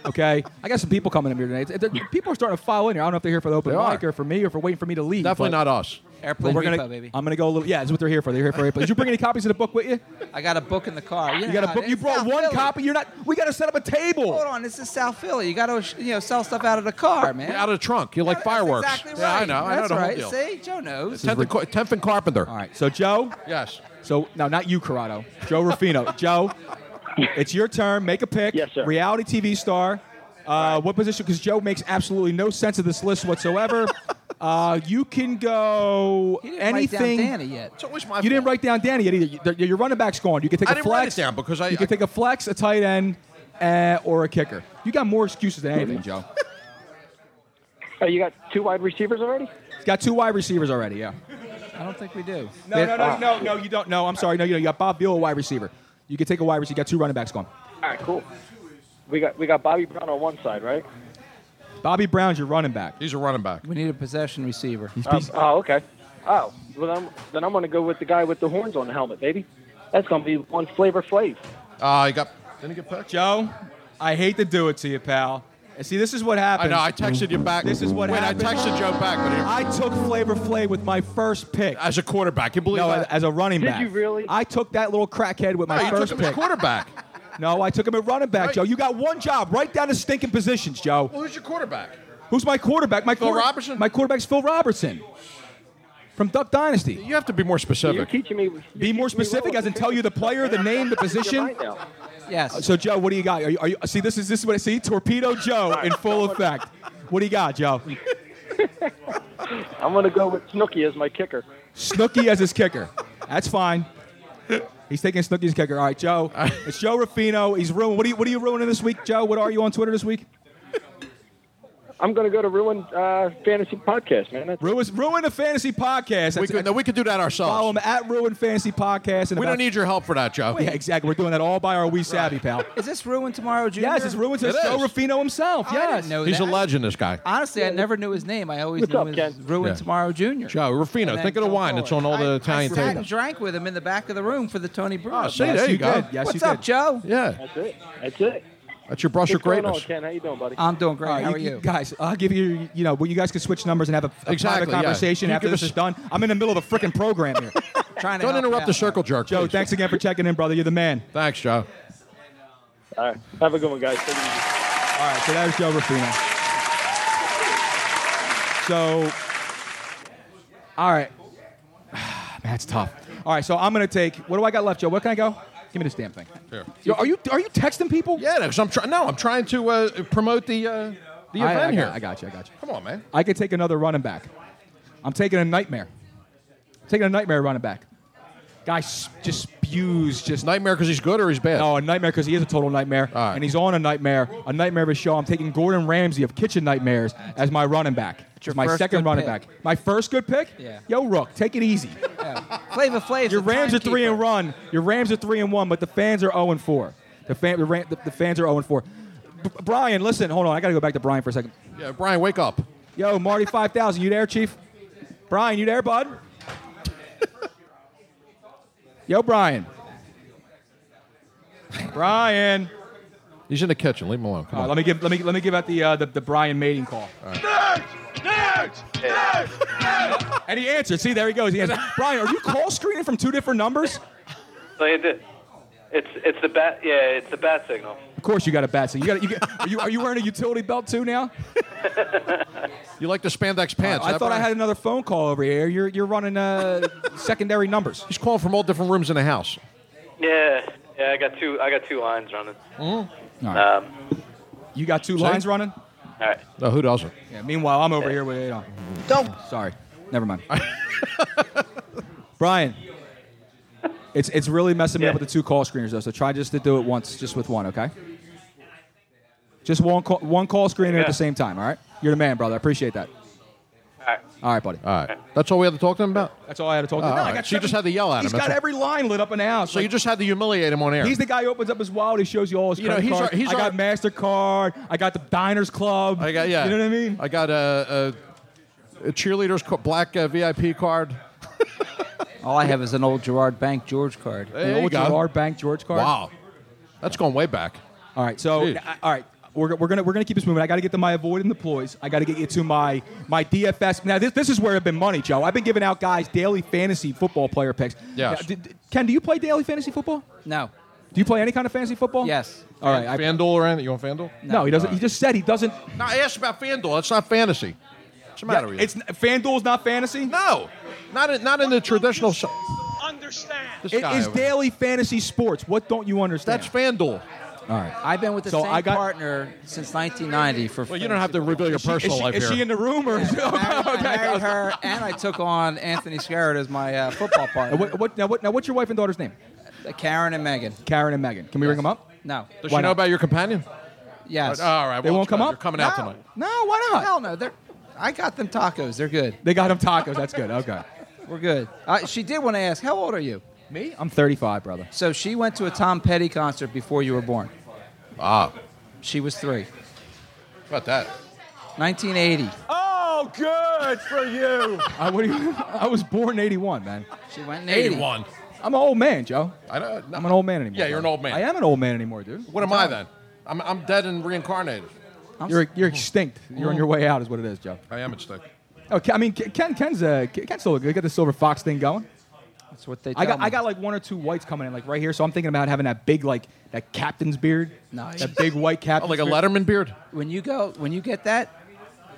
Okay, I got some people coming in here tonight. It's- it- People are starting to file in here. I don't know if they're here for the open They mic or for me or for waiting for me to leave. Definitely but- not us. But we're gonna, I'm gonna go a little. Yeah, that's what they're here for. They're here for. April. Did you bring any copies of the book with you? I got a book in the car. You know got a how it book- you is. brought South one Philly. copy? You're not. We got to set up a table. Hold on, this is South Philly. You got to you know sell stuff out of the car, man. Out of the trunk. You like fireworks. Exactly right. Yeah, I know. I know That's the whole right. deal. See, Joe knows. Tenth and, Car- Tenth and Carpenter. All right. So Joe. Yes. So no, not you, Corrado. Joe Rufino. Joe, it's your turn. Make a pick. Yes, sir. Reality TV star. Uh, what position? Because Joe makes absolutely no sense of this list whatsoever. uh, you can go He didn't write down anything. Danny yet. It's always You didn't write down Danny yet either. You- the- Your running back's gone. You can take I a didn't flex. write it down because I- You can take a flex, a tight end, uh, or a kicker. You got more excuses than anything, Joe. Oh, you got two wide receivers already? He's got two wide receivers already. Yeah. uh, I don't think we do. No, no, no, no, no. You don't. No, I'm sorry. No, you don't. You got Bob Beal, a wide receiver. You can take a wide receiver. You got two running backs gone. All right, cool. We got we got Bobby Brown on one side, right? Bobby Brown's your running back. He's a running back. We need a possession receiver. Um, oh, okay. Oh, well, then I'm, then I'm going to go with the guy with the horns on the helmet, baby. That's going to be one flavor flavor. Uh, you got. Didn't he get picked? Joe, I hate to do it to you, pal. And see, this is what I happens. know. I texted you back. This is what Wait, happened. I texted Joe back, but he I took Flavor Flay with my first pick as a quarterback. You believe no, that? as a running Did back. you really? I took that little crackhead with my No, you took first him as pick. quarterback. No, I took him at running back, Joe. You got one job. Write down the stinking positions, Joe. Well, who's your quarterback? Who's my quarterback? My Phil quarter- Robertson? My quarterback's Phil Robertson from Duck Dynasty. You have to be more specific. teaching me. Be more specific, as in tell you the player, the name, the position. Yes. So, Joe, what do you got? Are you, are you, see, this is this is what I see. Torpedo Joe in full effect. What do you got, Joe? I'm going to go with Snooky as my kicker. Snooky as his kicker. That's fine. He's taking Snooky's kicker. All right, Joe. It's Joe Rafino. He's ruined. What are you What are you ruining this week, Joe? What are you on Twitter this week? I'm going to go to Ruin uh, Fantasy Podcast, man. That's Ruin Ruin the Fantasy Podcast. We could, no, we could do that ourselves. Follow him at Ruin Fantasy Podcast. And we about- don't need your help for that, Joe. Yeah, exactly. We're doing that all by our wee savvy pal. Is this ruined tomorrow, Jr.? Yes, it's ruined to It Joe is. Rafino himself. I Yes. didn't know He's a that. legend, this guy. Honestly, I never knew his name. I always What's knew up, it Ken? was Ruin Yeah. Tomorrow Jr. Joe Rufino. And then Think of the Joe wine that's on all the I Italian sat and tables. Oh, drank with him in the back of the room for the Tony Bruno. see, Yes, there you you go. did. Yes, What's you up, did. Joe? Yeah, it. That's it. that's your brush What's of going on, greatness. Ken? How you doing, buddy? I'm doing great. All right, How are you, you? guys? I'll give you. You know, well, you guys can switch numbers and have a, a Exactly, private yeah. conversation You after give this us- is done. I'm in the middle of a freaking program here. Trying to Don't help interrupt out. the circle jerk. Joe, please. thanks again for checking in, brother. You're the man. Thanks, Joe. All right. Have a good one, guys. Take it easy. All right, so that was Joe Rafino. So, all right. Man, that's tough. All right, so I'm going to take, what do I got left, Joe? What can I go? Give me this damn thing. Yo, are you are you texting people? Yeah, no, 'cause I'm trying. No, I'm trying to uh, promote the uh, the I- event I got- here. I got you. I got you. Come on, man. I could take another running back. I'm taking a nightmare. taking a nightmare running back. Guy s- just spews just nightmare because he's good or he's bad. No, a nightmare because he is a total nightmare, and he's on a nightmare, a nightmare of a show. I'm taking Gordon Ramsay of Kitchen Nightmares as my running back. It's my first second good running pick. back. My first good pick. Yeah. Yo, Rook, take it easy. Flavor Flav's Your the Rams are three and timekeeper. one. Your Rams are three and one, but the fans are zero and four. The fan, the, Ram, the, the fans are zero and four. B- Brian, listen, hold on. I got to go back to Brian for a second. Yeah, Brian, wake up. Yo, Marty, five thousand. You there, Chief? Brian, you there, bud? Yo, Brian. Brian. He's in the kitchen. Leave him alone. Come All right, on. let me give let me let me give out the uh, the, the Brian mating call. And he answered. See, there he goes. He answered. Brian, are you call screening from two different numbers? No, you did. It's it's the bat. Yeah, it's the bat signal. Of course, you got a bat. So you got you got, are you are you wearing a utility belt too now? You like the spandex pants? Uh, I that thought I Brian? had another phone call over here. You're you're running uh, secondary numbers. He's calling from all different rooms in the house. Yeah, yeah. I got two. I got two lines running. Mm. Um, You got two See? lines running. all right. No, who doesn't? Yeah, meanwhile, I'm over here with it on. Don't. Sorry. Never mind. Brian, it's it's really messing me up with the two call screeners though. So try just to do it once, just with one, okay? Just one call, one call screener at Yeah. the same time. All right. You're the man, brother. I appreciate that. All right. All right, buddy. All right. That's all we had to talk to him about. That's all I had to talk to. Oh, No, all I right. got So you just seven- had to yell at He's him. got That's all. every line lit up in the house. So you just had to humiliate him on air. He's the guy who opens up his wallet. He shows you all his You know, credit he's cards. our- he's I got Mastercard. I got the Diners Club. I got yeah. You know what I mean? I got a, a, a cheerleaders co- black uh, VIP card. All I have is an old Gerard Bank George card. There you go. Bank George card. Wow, that's going way back. All right, so I- all right, we're, we're gonna we're gonna keep this moving. I got to get to my avoid and deploys. I got to get you to my my DFS. Now this this is where I've been money, Joe. I've been giving out guys daily fantasy football player picks. Yes. Now, did- did- Ken, do you play daily fantasy football? No. Do you play any kind of fantasy football? Yes. All right. I, FanDuel or anything? You want FanDuel? no, he Uh, doesn't. He just said he doesn't. No, I asked about FanDuel. That's not fantasy. What's the matter with you? It's FanDuel's not fantasy. No, not in, not in the traditional. s- This It guy is over- daily fantasy sports. What don't you understand? That's FanDuel. All right. I've been with the So same I got- partner since 1990 for. Well, you don't have to reveal your Is she- is personal she- life is here. she in the room or? I married her, and I took on Anthony Scarrett as my uh, football partner. Uh, What, what, now, what, now, what's your wife and daughter's name? Karen and Megan. Karen and Megan. Can we ring them up? No. Does Why she know not? about your companion? Yes. All right. They well, won't it's come good. up? You're coming out No. tonight. No, why not? Hell no. They're, I got them tacos. They're good. They got him tacos. That's good. Okay. We're good. Uh, she did want to ask, how old are you? Me? I'm 35, brother. So she went to a Tom Petty concert before you were born. Ah, She was three. about that. 1980. Oh, good for you. I, what do you I was born in 81, man. She went in 80. Eighty-one. I'm an old man, Joe. I don't. I'm an old man anymore. Yeah, you're an brother. old man. I am an old man anymore, dude. What am I then? I'm, I'm dead and reincarnated. You're, you're extinct. You're on your way out, is what it is, Joe. I am at stake. Oh, Ken- I mean, Ken, Ken's, uh, Ken's still good. Got the silver fox thing going. That's what they I got, tell I me. got like one or two whites coming in, like right here. So I'm thinking about having that big, like that captain's beard. Nice. That big white cap. Oh, like a Letterman beard. When you go, when you get that,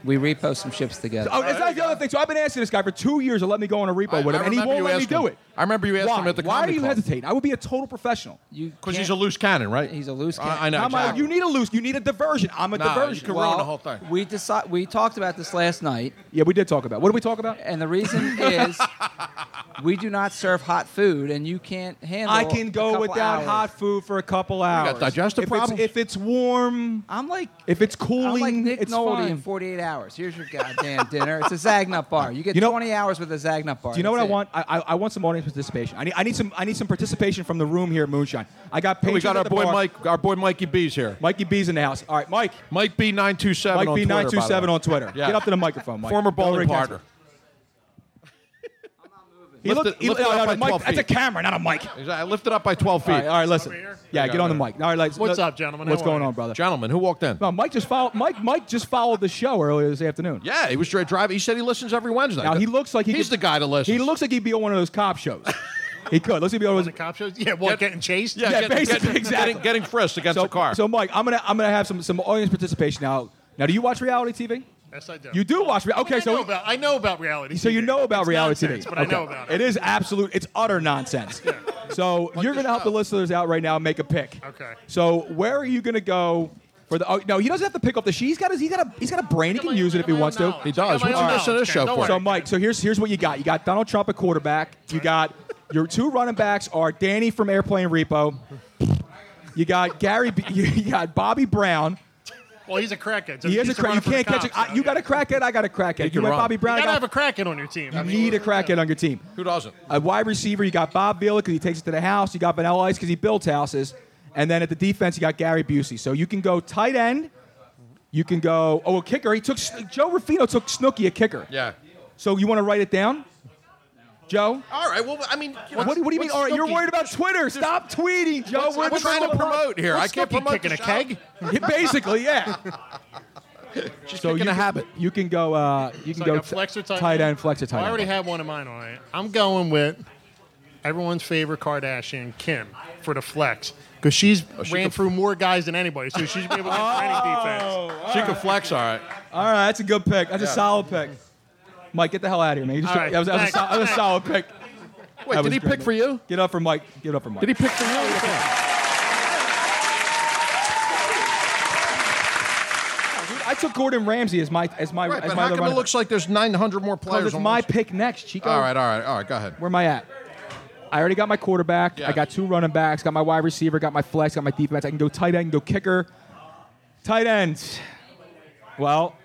we repo some ships together. Oh, that's not the other thing. So I've been asking this guy for two years to let me go on a repo I- with I him, and he remember won't you let me asked do him. it. I remember you asked Why? him at the Why are comedy you club. hesitating? I would be a total professional. You Because he's a can't- loose cannon, right? he's a loose. Cannon. I, I know. How am I- exactly. you need a loose. You need a diversion. I'm a Nah, you diversion. could Well, ruin the whole thing. We decide, We talked about this last night, yeah, we did talk about. What did we talk about? and the reason is we do not serve hot food, and you can't handle. I can a go couple without hours. hot food for a couple hours. digestive if it's, problems? if it's warm, I'm like. if it's cooling, I'm like Nick it's Nolte fine. in 48 hours. Here's your goddamn dinner. It's a Zagnut bar. You get You know- 20 hours with a Zagnut bar. Do you know what That's I it. want? I, I, I want some audience participation. I need, I need some I need some participation from the room here at Moonshine. I got Hey, patrons we got at our the boy bar. Mike, our boy Mikey B's here. Mikey B's in the house. All right, Mike. Mike B nine two seven. Mike B nine two seven on Twitter. Get up to the microphone, Mike. Former Go right bowling against partner. it. He Lift looked, it- he, lift no, it up no, by no, Mike, 12 that's a feet. camera, not a mic. All Exactly. I lifted up by twelve feet. right, all right listen. Yeah, you get go, on the man. mic. All right, let's- What's let- up, gentlemen? What's How going are you? on, brother? Gentlemen, who walked in? No, Mike just followed. Mike, Mike just followed the show earlier this afternoon. Yeah, he was dri- driving. He said he listens every Wednesday. Now he looks like he he's could- the guy to listen. He looks like he'd be on one of those cop shows. He could. Let's see if he always The cop shows. Yeah, what? getting chased? Yeah, basically, exactly. frisked against so, a car. So, Mike, I'm gonna I'm gonna have some some audience participation now. Now, do you watch reality TV? Yes, I do. You do watch. re- Okay, I so know about, I know about reality. so you know about It's reality nonsense, TV, but I know about it is absolute. It's utter nonsense. So you're gonna help the listeners out right now and make a pick. Okay. So where are you gonna go for the? Oh, no, he doesn't have to pick up the sheet. He's got his. He's got a. He's got a brain. He can use it if he wants to. He does. my What's he own listening to this knowledge, show Ken. Don't for? worry. So Mike, so here's here's what you got. You got Donald Trump at quarterback. You got your two running backs are Danny from Airplane Repo. You got Gary. B- You got Bobby Brown. Well, he's a crackhead. So he is a he's crack. You running for the can't catch a. cops, I- so- You got a crackhead. I got a crackhead. You can went run. Bobby Brown. You I gotta got have a crackhead on your team. you need a crackhead on your team. Who doesn't? A wide receiver, you got Bob Vila because he takes it to the house. You got Vanilla Ice because he builds houses. And then at the defense, you got Gary Busey. So you can go tight end. You can go, oh, a kicker. He took, Joe Rufino took Snooky a kicker. Yeah. So you want to write it down? Joe? All right. Well, I mean, you know, What, do- what do you mean? what's All right, you're Snooki? worried about Twitter. Stop tweeting, Joe. What's- We're what's trying to Snooki promote here. I can't Snooki promote kicking the a show. keg? Yeah, basically, yeah. She's kicking so you a can- habit. You can go. Uh, you So can I go got flex or tight, tight end, flex or tight Well, I end. already have one in mind on it. I'm going with everyone's favorite Kardashian, Kim, for the flex. Because she's ran through more guys than anybody, so she should be able to play any defense. She can flex, all right. All right, that's a good pick. That's Yeah. a solid pick. Mike, get the hell out of here, man. You just- All right, that, was, that was a, thanks, sol- that was a thanks. solid pick. Wait, That did was he great, pick for man. you? Get up for Mike. Get up for Mike. Did he pick for you? I took Gordon Ramsay as my as my Right, as but my how other come it running looks like there's 900 more Because players? it's on my this- pick next, Chico. All right, all right, all right. Go ahead. Where am I at? I already got my quarterback. Yeah. I got two running backs. Got my wide receiver. Got my flex. Got my defense. I can go tight end. I can go kicker. Tight ends. Well,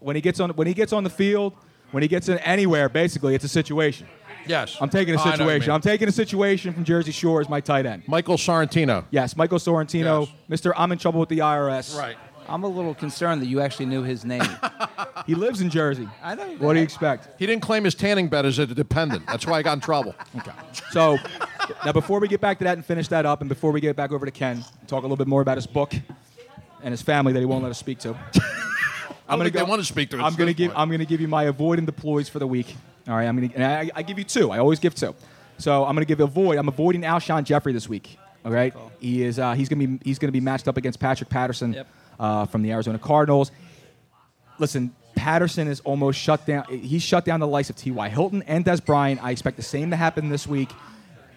when he gets on when he gets on the field, when he gets in anywhere, basically it's a situation. Yes. I'm taking a Oh, I know what you situation. mean. I'm taking a situation from Jersey Shore as my tight end. Michael Sorrentino. Yes, Michael Sorrentino, Mr. I'm in trouble with the IRS. Right. I'm a little concerned that you actually knew his name. he lives in Jersey. I know. What do you expect? He didn't claim his tanning bed as a dependent. That's why I got in trouble. Okay. So now before we get back to that and finish that up, and before we get back over to Ken, talk a little bit more about his book and his family that he won't let us speak to. don't think they want to speak to us I'm at gonna this give. point. I'm gonna give you my avoid and deploys for the week. All right. I'm gonna. And I, I give you two. I always give two. So I'm gonna give avoid. I'm avoiding Alshon Jeffrey this week. All right. He is. Uh, he's gonna be. He's gonna be matched up against Patrick Patterson uh, from the Arizona Cardinals. Listen, Patterson is almost shut down. He's shut down the likes of T.Y. Hilton and Des Bryant. I expect the same to happen this week.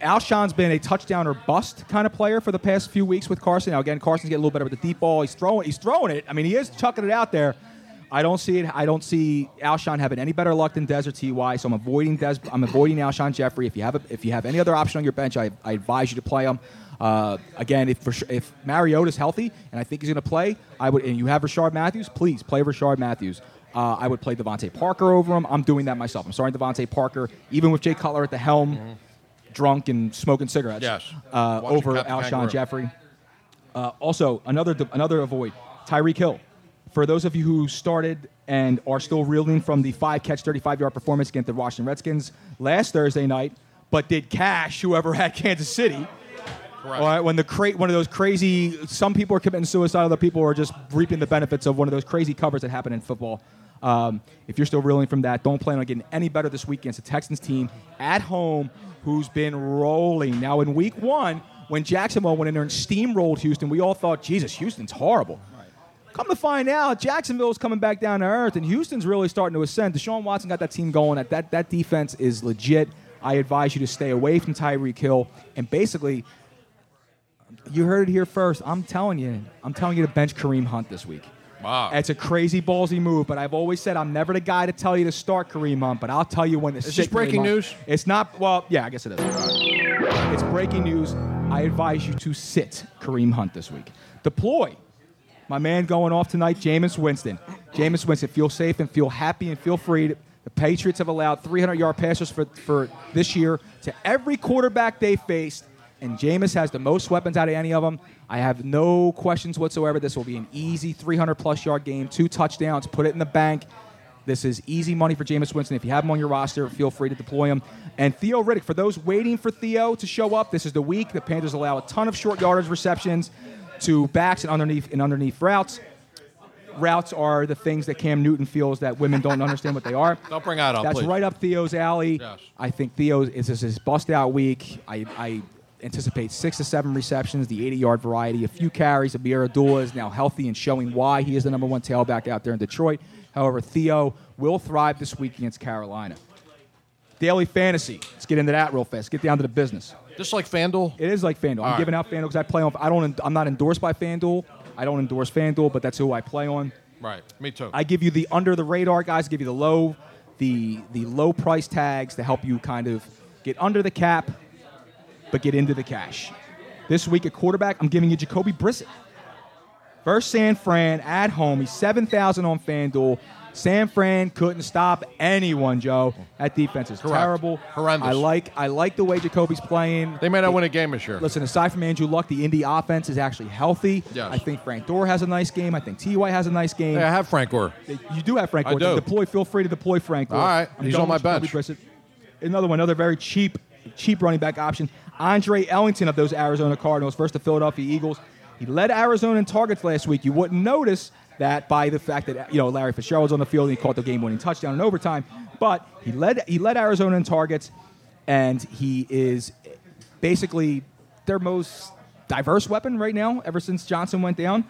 Alshon's been a touchdown or bust kind of player for the past few weeks with Carson. Now again, Carson's getting a little better with the deep ball. He's throwing. He's throwing it. I mean, he is chucking it out there. I don't see it. I don't see Alshon having any better luck than Des or Ty. So I'm avoiding Des. I'm avoiding Alshon Jeffrey. If you have a, if you have any other option on your bench, I, I advise you to play him. Uh, again, if Rash- if Mariota's healthy and I think he's going to play, I would. And you have Rashard Matthews, please play Rashard Matthews. Uh, I would play Devontae Parker over him. I'm doing that myself. I'm starting Devontae Parker, even with Jay Cutler at the helm, drunk and smoking cigarettes. Mm-hmm. Yes. Uh, Watching over Captain Alshon Kangaroo. Jeffrey. Uh, also, another another avoid Tyreek Hill. For those of you who started and are still reeling from the five catch, 35 yard performance against the Washington Redskins last Thursday night, but did cash whoever had Kansas City. All right, when the cra- one of those crazy, some people are committing suicide, other people are just reaping the benefits of one of those crazy covers that happen in football. Um, if you're still reeling from that, don't plan on getting any better this week against the Texans team at home, who's been rolling. Now, in week one, when Jacksonville went in there and steamrolled Houston, we all thought, Jesus, Houston's horrible. Come to find out, Jacksonville's coming back down to earth, and Houston's really starting to ascend. Deshaun Watson got that team going. That that, that defense is legit. I advise you to stay away from Tyreek Hill. And basically, you heard it here first. I'm telling you, I'm telling you to bench Kareem Hunt this week. Wow. It's a crazy ballsy move, but I've always said I'm never the guy to tell you to start Kareem Hunt, but I'll tell you when to Is sit this breaking Kareem Hunt. news? It's not. Well, yeah, I guess it is. It's breaking news. I advise you to sit Kareem Hunt this week. Deploy. My man going off tonight, Jameis Winston. Jameis Winston, feel safe and feel happy and feel free. The Patriots have allowed 300 yard passers for, for this year to every quarterback they faced, and Jameis has the most weapons out of any of them. I have no questions whatsoever. This will be an easy 300 plus yard game, two touchdowns, put it in the bank. This is easy money for Jameis Winston. If you have him on your roster, feel free to deploy him. And Theo Riddick, for those waiting for Theo to show up, this is the week. The Panthers allow a ton of short yardage receptions to backs and underneath and underneath routes. routes are the things that Cam Newton feels that women don't understand what they are. Don't bring that up, That's please. right up Theo's alley. Yes. I think Theo is this is his bust out week. I, I anticipate six to seven receptions, the 80 yard variety, a few carries. Amir Abdullah is now healthy and showing why he is the number one tailback out there in Detroit. However, Theo will thrive this week against Carolina. Daily fantasy. Let's get into that real fast. Get down to the business. Just like FanDuel. It is like FanDuel. I'm right. giving out FanDuel because I play on. I don't. I'm not endorsed by FanDuel. I don't endorse FanDuel, but that's who I play on. Right. Me too. I give you the under the radar guys, give you the low, the the low price tags to help you kind of get under the cap, but get into the cash. This week at quarterback, I'm giving you Jacoby Brissett. First San Fran at home. He's seven thousand on FanDuel. San Fran couldn't stop anyone, Joe. That defense is Correct. terrible. Horrendous. I like I like the way Jacoby's playing. They may not win a game this year. Listen, aside from Andrew Luck, the Indy offense is actually healthy. Yes. I think Frank Dorr has a nice game. I think T.Y. has a nice game. Hey, I have Frank Gore. You do have Frank I Gore. do. Deploy. Feel free to deploy Frank Gore. All right. I'm He's done on my with Jacoby Brissett. Another one. Another very cheap, cheap running back option. Andre Ellington of those Arizona Cardinals, first the Philadelphia Eagles. He led Arizona in targets last week. You wouldn't notice that by the fact that you know Larry Fitzgerald was on the field and he caught the game-winning touchdown in overtime. But he led he led Arizona in targets, and he is basically their most diverse weapon right now. Ever since Johnson went down,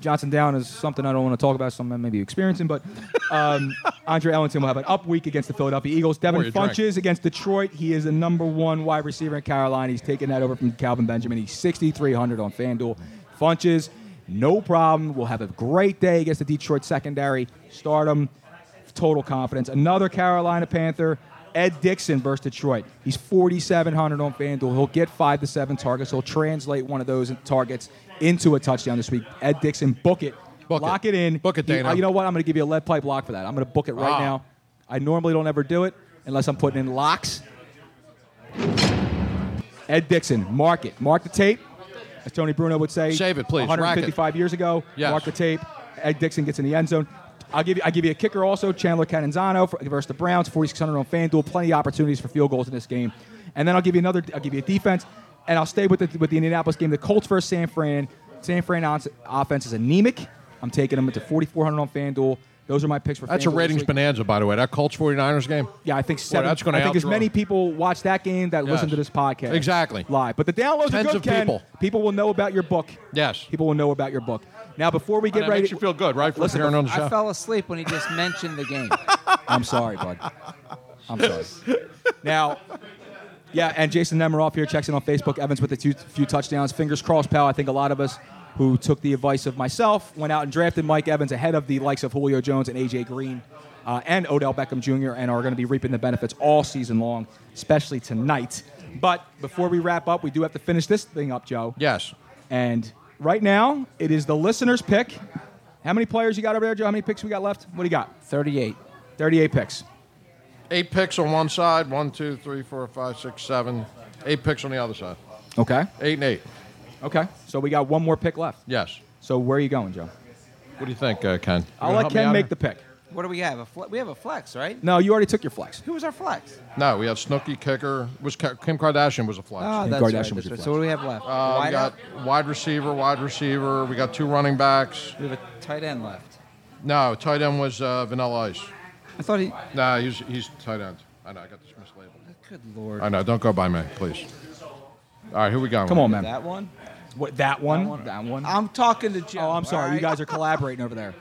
Johnson down is something I don't want to talk about, something I may be experiencing, but um, Andre Ellington will have an up week against the Philadelphia Eagles. Devin Pour your drink. Funches against Detroit. He is the number one wide receiver in Carolina. He's taking that over from Calvin Benjamin. He's 6,300 on FanDuel. Funches, no problem. Will have a great day against the Detroit secondary. Start him. Total confidence. Another Carolina Panther. Ed Dixon versus Detroit. He's 4,700 on FanDuel. He'll get five to seven targets. He'll translate one of those targets into a touchdown this week. Ed Dixon, book it. Lock it. in. Book it, Dana. You, know what? I'm going to give you a lead pipe lock for that. I'm going to book it right Ah. now. I normally don't ever do it unless I'm putting in locks. Ed Dixon, mark it. Mark the tape. As Tony Bruno would say, Save it, please. Rack it. 155 years ago. Yes. Mark the tape. Ed Dixon gets in the end zone. I'll give you, I give you a kicker also. Chandler Cananzano for- versus the Browns, 4,600 on FanDuel. Plenty of opportunities for field goals in this game. And then I'll give you another. I'll give you a defense, and I'll stay with the, with the Indianapolis game. The Colts versus San Fran. San Fran ons- offense is anemic. I'm taking them into 4,400 on FanDuel. Those are my picks for. That's a FanDuel this ratings week. bonanza, by the way. That Colts 49ers game. Yeah, I think seven. Boy, that's going I to think as many people watch that game that Yes. listen to this podcast. Exactly. Live. But the downloads Tens are good, of Ken. people. People will know about your book. Yes. People will know about your book. Now, before we get that ready, makes you feel good, right? For Listen, appearing on the show. I fell asleep when he just mentioned the game. I'm sorry, bud. I'm sorry. now, yeah, and Jason Nemiroff here checks in on Facebook. Evans with a few, few touchdowns. Fingers crossed, pal. I think a lot of us who took the advice of myself went out and drafted Mike Evans ahead of the likes of Julio Jones and AJ Green uh, and Odell Beckham Jr. and are going to be reaping the benefits all season long, especially tonight. But before we wrap up, we do have to finish this thing up, Joe. Yes. And right now, it is the listener's pick. How many players you got over there, Joe? How many picks we got left? What do you got? 38. 38 picks. Eight picks on one side. One, two, three, four, five, six, seven. Eight picks on the other side. Okay. Eight and eight. Okay. So we got one more pick left. Yes. So where are you going, Joe? What do you think, uh, Ken? You I'll gonna let help me Ken out make here? the pick. What do we have? A fle- we have a flex, right? No, you already took your flex. Who was our flex? No, we had Snooki kicker. Was Ka- Kim Kardashian was a flex. Ah, Kim that's right, Kardashian was that's your right. So what do we have left? Uh, we got wide receiver, wide receiver. We got two running backs. We have a tight end left. No, tight end was uh, Vanilla Ice. I thought he. No, he's he's tight end. I know. I got this mislabeled. Good lord. I know. Don't go by me, please. All right, here we go. Come on, man. That one? What that one? That one. I'm talking to Joe. Oh, I'm sorry. all You right? guys are collaborating over there.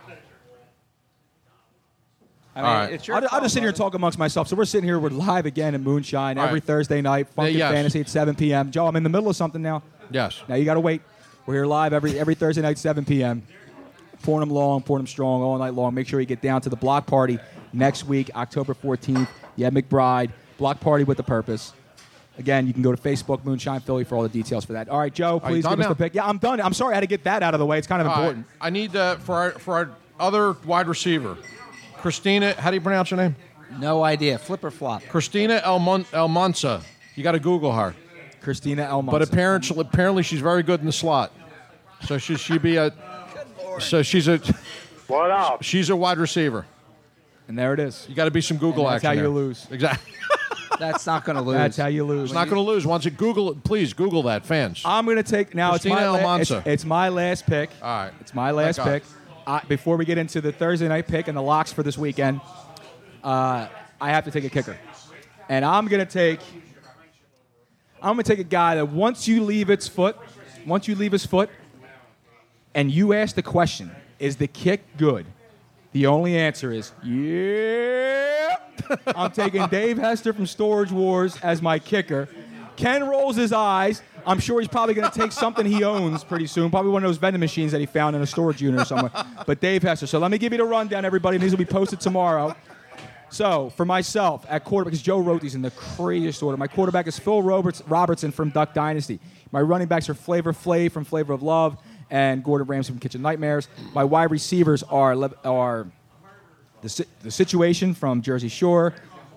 I mean, All right. it's your I'll, I'll call, just sit here and talk amongst myself. So we're sitting here. We're live again in Moonshine All every right. Thursday night. Funkin' yes. Fantasy at 7 p.m. Joe, I'm in the middle of something now. Yes. Now you got to wait. We're here live every every Thursday night, 7 p.m. Pouring 'em long, pouring 'em strong all night long. Make sure you get down to the block party next week, October 14th. Yeah, McBride. Block party with a purpose. Again, you can go to Facebook, Moonshine Philly, for all the details for that. All right, Joe, Are you please done give us now? the pick. Yeah, I'm done. I'm sorry I had to get that out of the way. It's kind of All right, important. I need uh, for our for our other wide receiver, Christina. How do you pronounce her name? No idea. Flip or flop. Christina Almon- Almanza. You got to Google her. Christina Almanza. But apparently, apparently she's very good in the slot. So she she be a. So she's a. What up? She's a wide receiver. And there it is. You got to be some Google And that's action. how you there. lose. Exactly. That's not going to lose. That's how you lose. It's not going to lose. Once it Google, it, please Google that, fans. I'm going to take now. It's Christina my, la- it's, Almanza. it's my last pick. All right. It's my last Thank God. pick. before we get into the Thursday night pick and the locks for this weekend, uh, I have to take a kicker, and I'm gonna take. I'm gonna take a guy that once you leave its foot, once you leave his foot, and you ask the question, "Is the kick good?" The only answer is, "Yep." I'm taking Dave Hester from Storage Wars as my kicker. Ken rolls his eyes. I'm sure he's probably going to take something he owns pretty soon, probably one of those vending machines that he found in a storage unit or somewhere. But Dave Hester. So let me give you the rundown, everybody. These will be posted tomorrow. So for myself at quarterback, because Joe wrote these in the craziest order. My quarterback is Phil Roberts Robertson from Duck Dynasty. My running backs are Flavor Flav from Flavor of Love and Gordon Ramsay from Kitchen Nightmares. My wide receivers are Le- are the, si- the situation from Jersey Shore.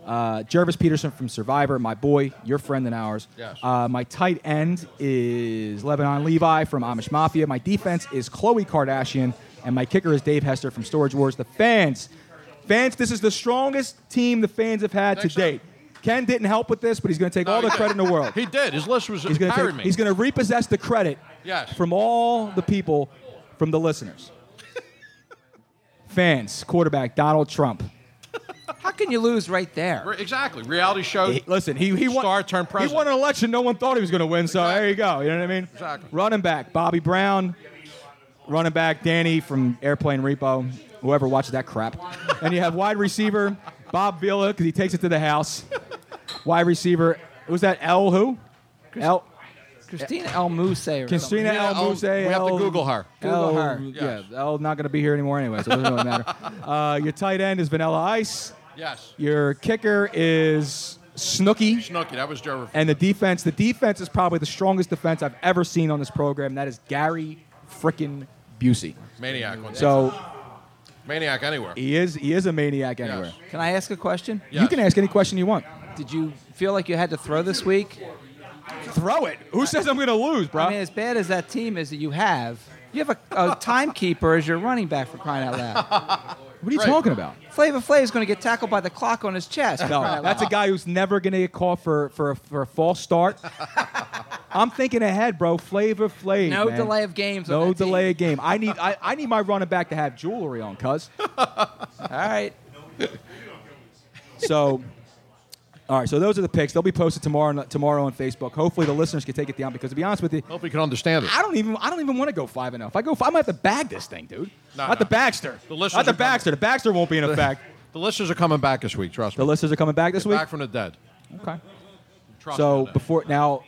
Uh, Jervis Peterson from Survivor, my boy, your friend and ours. Yes. Uh, my tight end is Lebanon Levi from Amish Mafia. My defense is Chloe Kardashian, and my kicker is Dave Hester from Storage Wars. The fans, fans, this is the strongest team the fans have had to date. Ken didn't help with this, but he's going to take all the credit in the world. He did. His list was He's going carried to me. he's going to repossess the credit Yes. from all the people, from the listeners, fans, quarterback Donald Trump. How can you lose right there? Re- exactly. Reality show. He- Oh, listen, he he won. Star turned He president. won an election no one thought he was going to win. So there you go. You know what I mean? Exactly. Running back Bobby Brown, running back Danny from Airplane Repo. Whoever watched that crap. and you have wide receiver Bob Villa because he takes it to the house. Wide receiver was that L who? L. Christina El Muse. or something. Christina El Muse. El- Google El- her. Yeah, El's not going to be here anymore anyway, so it doesn't really matter. Uh, your tight end is Vanilla Ice. Yes. Your kicker is Snooky. Snooki, that was Joe. And the defense, the defense is probably the strongest defense I've ever seen on this program. That is Gary frickin' Busey. Maniac. On So maniac anywhere. he is he is a maniac anywhere. Can I ask a question? You can ask any question you want. Did you feel like you had to throw this week? Throw it. Who says I'm going to lose, bro? I mean, as bad as that team is that you have, you have a, a timekeeper as your running back for crying out loud. What are you talking about? Flavor Flav is going to get tackled by the clock on his chest. for crying No, out that's a loud. guy who's never going to get caught for, for, a, for a false start. I'm thinking ahead, bro. Flavor Flav. No man. delay of games on No that team. delay of game. I need I, I need my running back to have jewelry on, cuz. All right. So, all right. So those are the picks. They'll be posted tomorrow tomorrow on Facebook. Hopefully, the listeners can take it down because to be honest with you, hope you can understand it. I don't even I don't even want to go five and zero. If I go five, I'm gonna have to bag this thing, dude. No, Not no. the Baxter. The listeners Not the are coming. Baxter. The Baxter won't be in effect. The listeners are coming back this week. Trust me. the listeners are coming back this They're week. Back from the dead. Okay. Trust me So on that. before now,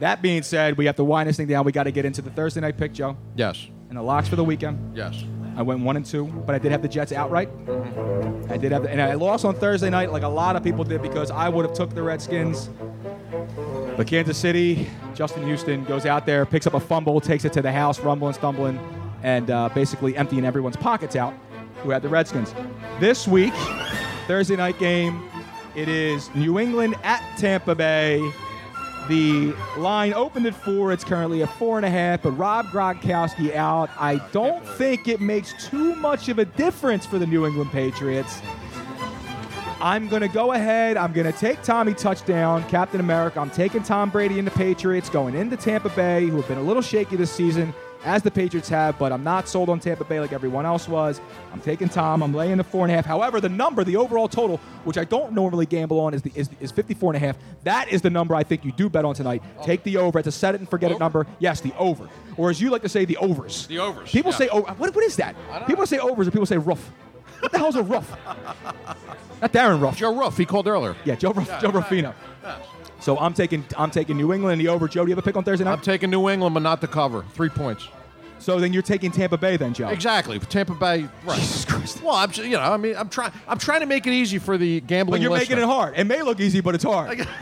that being said, we have to wind this thing down. We got to get into the Thursday night pick, Joe, Yes. and the locks for the weekend. Yes. I went one and two, but I did have the Jets outright. I did have, the, and I lost on Thursday night, like a lot of people did, because I would have took the Redskins. But Kansas City, Justin Houston goes out there, picks up a fumble, takes it to the house, rumbling, stumbling, and uh, basically emptying everyone's pockets out who had the Redskins. This week, Thursday night game, it is New England at Tampa Bay. The line opened at four. It's currently at four and a half, but Rob Gronkowski out. I don't think it makes too much of a difference for the New England Patriots. I'm going to go ahead. I'm going to take Tommy touchdown, Captain America. I'm taking Tom Brady and the Patriots going into Tampa Bay, who have been a little shaky this season, as the Patriots have, but I'm not sold on Tampa Bay like everyone else was. I'm taking Tom. I'm laying the four and a half. However, the number, the overall total, which I don't normally gamble on, is, the, is, is 54 and a half. That is the number I think you do bet on tonight. Oh. Take the over. It's a set it and forget it number. Yes, the over. Or as you like to say, the overs. The overs, People yeah. say, oh, what, what is that? People say overs or people say roof. What the hell's a roof? Not Darren Ruff. Joe Ruff. He called earlier. Yeah, Joe Ruff, Joe Ruffino. So I'm taking I'm taking New England in the over. Joe, do you have a pick on Thursday night? I'm taking New England, but not the cover. Three points. so then you're taking Tampa Bay then, Joe. Exactly. Tampa Bay. Right. Jesus Christ. Well, I'm. just- You know, I mean, I'm trying. I'm trying to make it easy for the gambling. But you're listener. making it hard. It may look easy, but it's hard.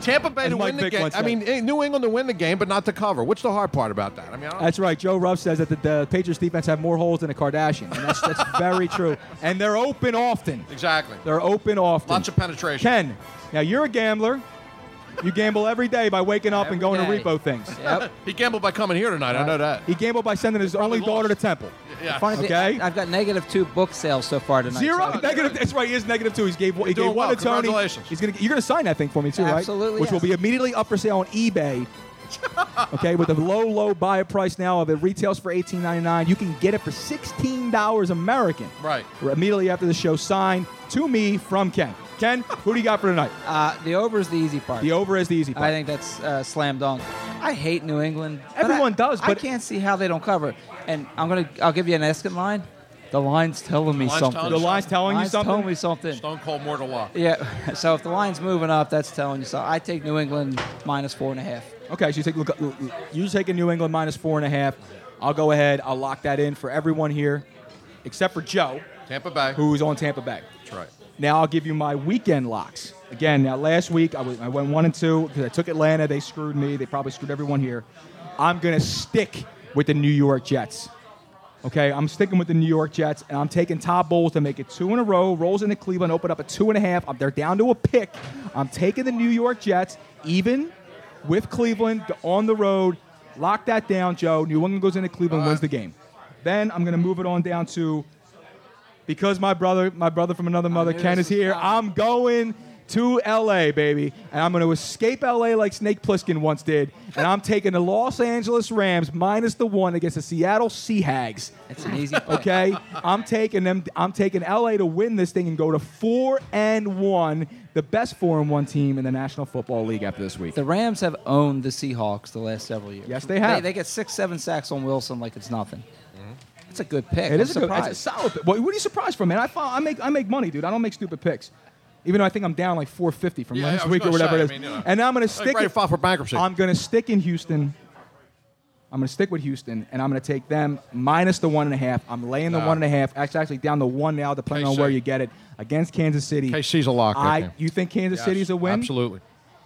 Tampa Bay And to Mike win the Vick game. once I said- mean, eh, New England to win the game, but not to cover. What's the hard part about that? I mean, I don't- That's right. Joe Ruff says that the, the Patriots defense have more holes than a Kardashian. And that's, that's very true. And they're open often. exactly. They're open often. Lots of penetration. Ken, now you're a gambler. You gamble every day by waking up and going day. to repo things. he gambled by coming here tonight. I know that. He gambled by sending his only daughter to Temple. Yeah. Funny thing, Okay. I- I've got negative two book sales so far tonight. Zero so- negative. That's right. He is negative two. He's gave he doing gave one well. to Tony. Congratulations. He's gonna. You're gonna sign that thing for me too, right? Absolutely, Which will yes. be immediately up for sale on eBay okay, with a low, low buy price now of it retails for $18.99. You can get it for $16 American. Right. Immediately after the show, signed to me from Ken. Ken, who do you got for tonight? Uh, the over is the easy part. The over is the easy part. I think that's uh, slam dunk. I hate New England. Everyone does, but I can't see how they don't cover. And I'm gonna, I'll give you an estimate line. The line's telling me something. Line's telling me something. Stone Cold Mortal Lock. Yeah. So if the line's moving up, that's telling you so. I take New England minus four and a half. Okay, so you take look, look, you take a New England minus four and a half. I'll go ahead. I'll lock that in for everyone here, except for Joe, Tampa Bay. who's on Tampa Bay. That's right. Now I'll give you my weekend locks. Again, now last week I, was, I went one and two because I took Atlanta. They screwed me. They probably screwed everyone here. I'm gonna stick with the New York Jets. Okay, I'm sticking with the New York Jets, and I'm taking Todd Bowles to make it two in a row. Rolls into Cleveland, open up a two and a half. Um, They're down to a pick. I'm taking the New York Jets, even with Cleveland on the road. Lock that down, Joe. New England goes into Cleveland, wins the game. Then I'm gonna move it on down to because my brother, my brother from another mother, knew Ken this is here. I'm going to LA, baby, and I'm going to escape LA like Snake Plissken once did, and I'm taking the Los Angeles Rams minus the one against the Seattle Seahags. That's an easy. play. Okay, I'm taking them. I'm taking LA to win this thing and go to four and one, the best four and one team in the National Football League after this week. The Rams have owned the Seahawks the last several years. Yes, they have. They, get six, seven sacks on Wilson like it's nothing. Mm-hmm. It's a good pick. It I'm is a good. It's a surprised. solid. Pick. What, what are you surprised for, man? I, follow, I make I make money, dude. I don't make stupid picks. Even though I think I'm down like 450 from Yeah, yeah, I last was week or gonna whatever say, it is, I mean, you know. and now I'm going Like, to stick. ready in- to file for bankruptcy. I'm going to stick in Houston. I'm going to stick with Houston, and I'm going to take them minus the one and a half. I'm laying the Nah. one and a half. Actually, actually down to one now, depending on KC. where you get it against Kansas City. KC's a lock. I I, think. you think Kansas Yes, City's a win? Absolutely.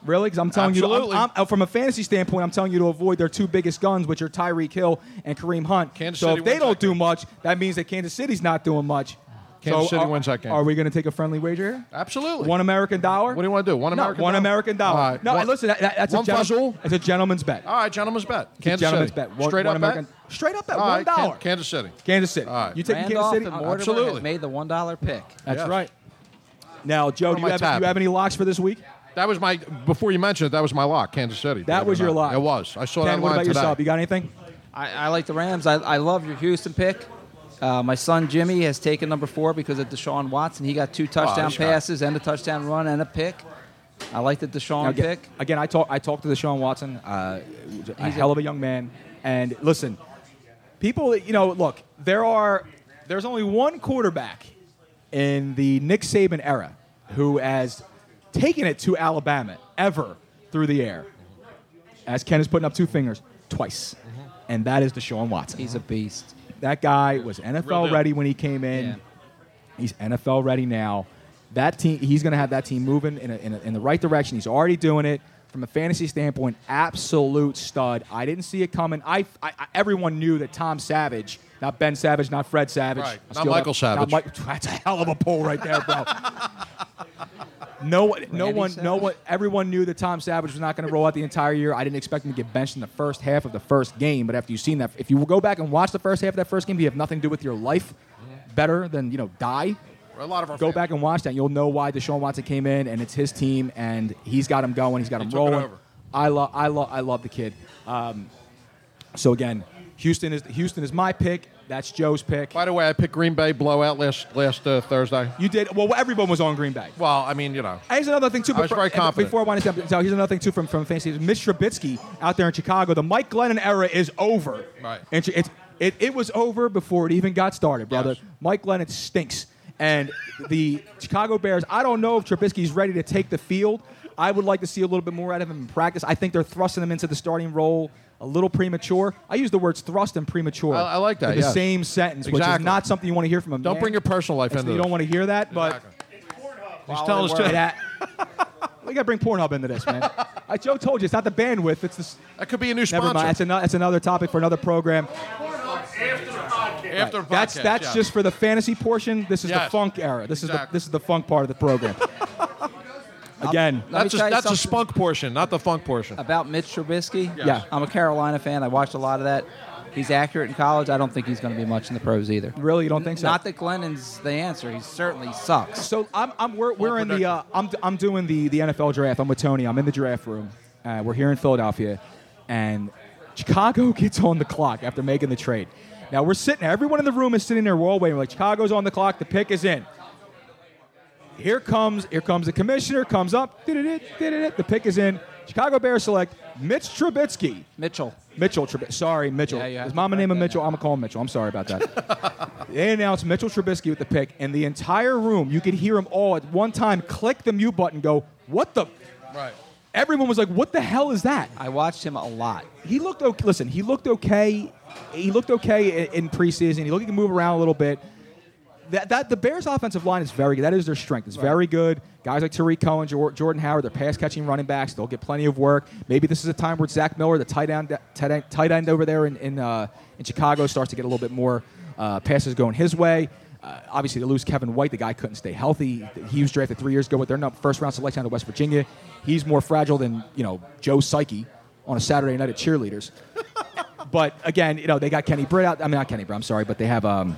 Really? Because I'm telling Absolutely. you, I'm, I'm- from a fantasy standpoint, I'm telling you to avoid their two biggest guns, which are Tyreek Hill and Kareem Hunt. Kansas so City if they wins don't that do much, that means that Kansas City's not doing much. Kansas So City are, wins that game. Are we going to take a friendly wager here? Absolutely. One American dollar? What do you want to do? One no, American one dollar? American dollar. All right. No, One- and listen, that, that- that's, a one gentleman, fuzzle? that's a gentleman's bet. All right, gentlemen's bet. It's a Kansas gentleman's City. bet. One- Straight one up American- bet. straight up bet, All right, one dollar. Kan- Kansas City. Kansas City. All right. You taking Randolph Kansas City? and Mortimer have made the one dollar pick. That's Yes. right. Now, Joe, What do am you I have, do tapping? you have any locks for this week? That was my before you mentioned it. That was my lock, Kansas City. believe it was or your not. lock. It was. I saw Ken, that what line about today. yourself? You got anything? I, I like the Rams. I, I love your Houston pick. Uh, my son Jimmy has taken number four because of Deshaun Watson. He got two touchdown that's right. passes and a touchdown run and a pick. I like the Deshaun Now, aga- pick. Again, I talk. I talked to Deshaun Watson, uh, a He's a- hell of a young man. And listen, people, that- you know, look, there are, there's only one quarterback in the Nick Saban era who has taken it to Alabama ever through the air. As Ken is putting up two fingers, twice, and that is Deshaun Watson. Mm-hmm. He's a beast. That guy was NFL deal. ready when he came in. He's NFL ready now. That team, he's going to have that team moving in, a, in, a, in the right direction. He's already doing it from a fantasy standpoint. Absolute stud. I didn't see it coming. I, I, I- everyone knew that Tom Savage, not Ben Savage, not Fred Savage, Right. Not I steal that- Michael Savage. Mike- that's a hell of a pull right there, bro. No one, no Randy one, no Savage? one. Everyone knew that Tom Savage was not going to roll out the entire year. I didn't expect him to get benched in the first half of the first game. But after you've seen that, if you go back and watch the first half of that first game, you have nothing to do with your life. Better than you know, die. A lot of our Go fans. back and watch that. You'll know why Deshaun Watson came in, and it's his team, and he's got him going. He's got him took it rolling. over. I love, I love, I love the kid. Um, so again, Houston is Houston is my pick. That's Joe's pick. By the way, I picked Green Bay blowout last last uh, Thursday. You did well. Everyone was on Green Bay. Well, I mean, you know, And here's another thing too. I was before- very confident. Before I wind this down, here's another thing too from from fantasy. Mitch Trubisky out there in Chicago. The Mike Glennon era is over. Right. And she- it's, it it was over before it even got started, brother. Mike Glennon stinks. And the Chicago Bears. I don't know if Trubisky's ready to take the field. I would like to see a little bit more out of him in practice. I think they're thrusting him into the starting role a little premature. I use the words thrust and premature. I- I like that, in The yes. same sentence, which is Exactly. not something you want to hear from a man. Don't bring your personal life And so into You it. don't want to hear that, but He's telling us to. that. We gotta bring Pornhub into this, man. I, Joe told you it's not the bandwidth; it's the. s- that could be a new Never sponsor. mind. That's, ano- that's another topic for another program. After the that's podcast, that's yeah. just for the fantasy portion. This is the Yes. funk era. This is the Exactly. this is the funk part of the program. Again, That's a, that's a spunk portion, not the funk portion. About Mitch Trubisky, Yes. Yeah. I'm a Carolina fan. I watched a lot of that. He's accurate in college. I don't think he's going to be much in the pros either. Really, you don't think so? Not that Glennon's the answer. He certainly sucks. So I'm, I'm we're, we're in the uh, I'm, I'm doing the the NFL draft. I'm with Tony. I'm in the draft room. Uh, we're here in Philadelphia, and Chicago gets on the clock after making the trade. Now we're sitting there. Everyone in the room is sitting there. We're all waiting. We're like Chicago's on the clock. The pick is in. Here comes here comes the commissioner. Comes up. Did-did-did, did-did-did. The pick is in. Chicago Bears select Mitch Trubisky. Mitchell. Mitchell. Trubi- sorry, Mitchell. Yeah, you have His to mama name him Mitchell. I'm gonna call him Mitchell. I'm sorry about that. they announced Mitchell Trubisky with the pick, and the entire room you could hear them all at one time click the mute button. Go. What the? Right. Everyone was like, "What the hell is that?" I watched him a lot. He looked okay. Listen, he looked okay. He looked okay i- in preseason. He looked he could move around a little bit. That, that the Bears' offensive line is very good. That is their strength. It's very good. Guys like Tariq Cohen, Jor- Jordan Howard, they're pass catching running backs. They'll get plenty of work. Maybe this is a time where Zach Miller, the tight end, tight end, tight end over there in in, uh, in Chicago, starts to get a little bit more uh, passes going his way. Uh, obviously, they lose Kevin White. The guy couldn't stay healthy. He was drafted three years ago with their num- first round selection out of West Virginia. He's more fragile than you know Joe Psyche on a Saturday night at cheerleaders. but again, you know they got Kenny Britt out. I mean, not Kenny Britt. I'm sorry, but they have. Um,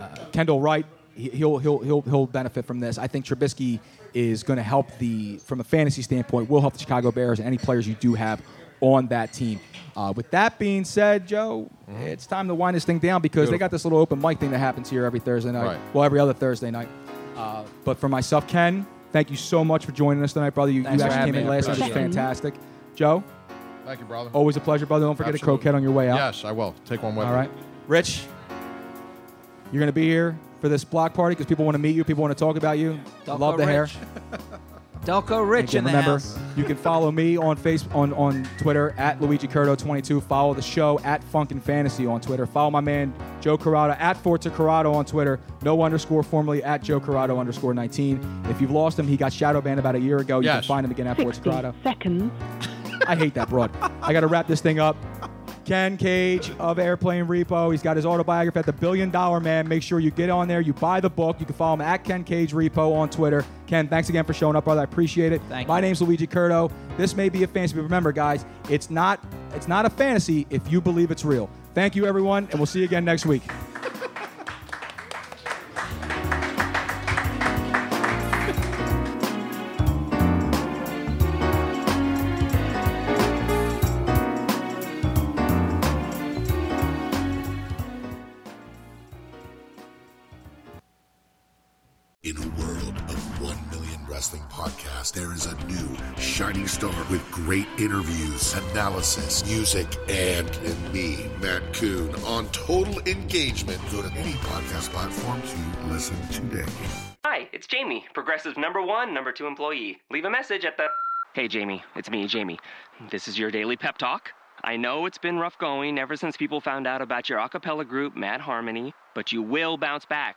uh, Kendall Wright, he- he'll he'll he'll he'll benefit from this. I think Trubisky is going to help the from a fantasy standpoint will help the Chicago Bears and any players you do have on that team. Uh, with that being said, Joe, Mm-hmm. it's time to wind this thing down because they got this little open mic thing that happens here every Thursday night. Right. Well, every other Thursday night. Uh, but for myself, Ken, thank you so much for joining us tonight, brother. You, you Thanks for actually having came in me. I last night, which was appreciate it. fantastic. Joe, Thank you, brother. always a pleasure, brother. Don't forget Absolutely. a croquette on your way out. Yes, I will. Take one with All me. right. Rich, you're going to be here for this block party because people want to meet you. People want to talk about you. Don't Love go the hair. rich. Delco Rich Again, in the remember, house. you can follow me on Facebook, on, on Twitter at Luigi Curto22. Follow the show at Funkin' Fantasy on Twitter. Follow my man Joe Corrado at Forza Corrado on Twitter. No underscore formerly at Joe Corrado underscore 19. If you've lost him, he got shadow banned about a year ago. You Yes. can find him again at Forza Corrado. Seconds. I hate that broad. I got to wrap this thing up. Ken Cage of Airplane Repo. He's got his autobiography at the Billion Dollar Man. Make sure you get on there. You buy the book. You can follow him at Ken Cage Repo on Twitter. Ken, thanks again for showing up, brother. I appreciate it. Thank My you. name's Luigi Curto. This may be a fantasy, but remember, guys, it's not it's not a fantasy if you believe it's real. Thank you, everyone, and we'll see you again next week. In a world of 1 million wrestling podcasts, there is a new shining star with great interviews, analysis, music, and, and me, Matt Coon, on total engagement. Go to any podcast platform to listen today. Hi, it's Jamie, Progressive number one, number two employee. Leave a message at the. Hey, Jamie, it's me, Jamie. This is your daily pep talk. I know it's been rough going ever since people found out about your a cappella group, Mad Harmony, but you will bounce back.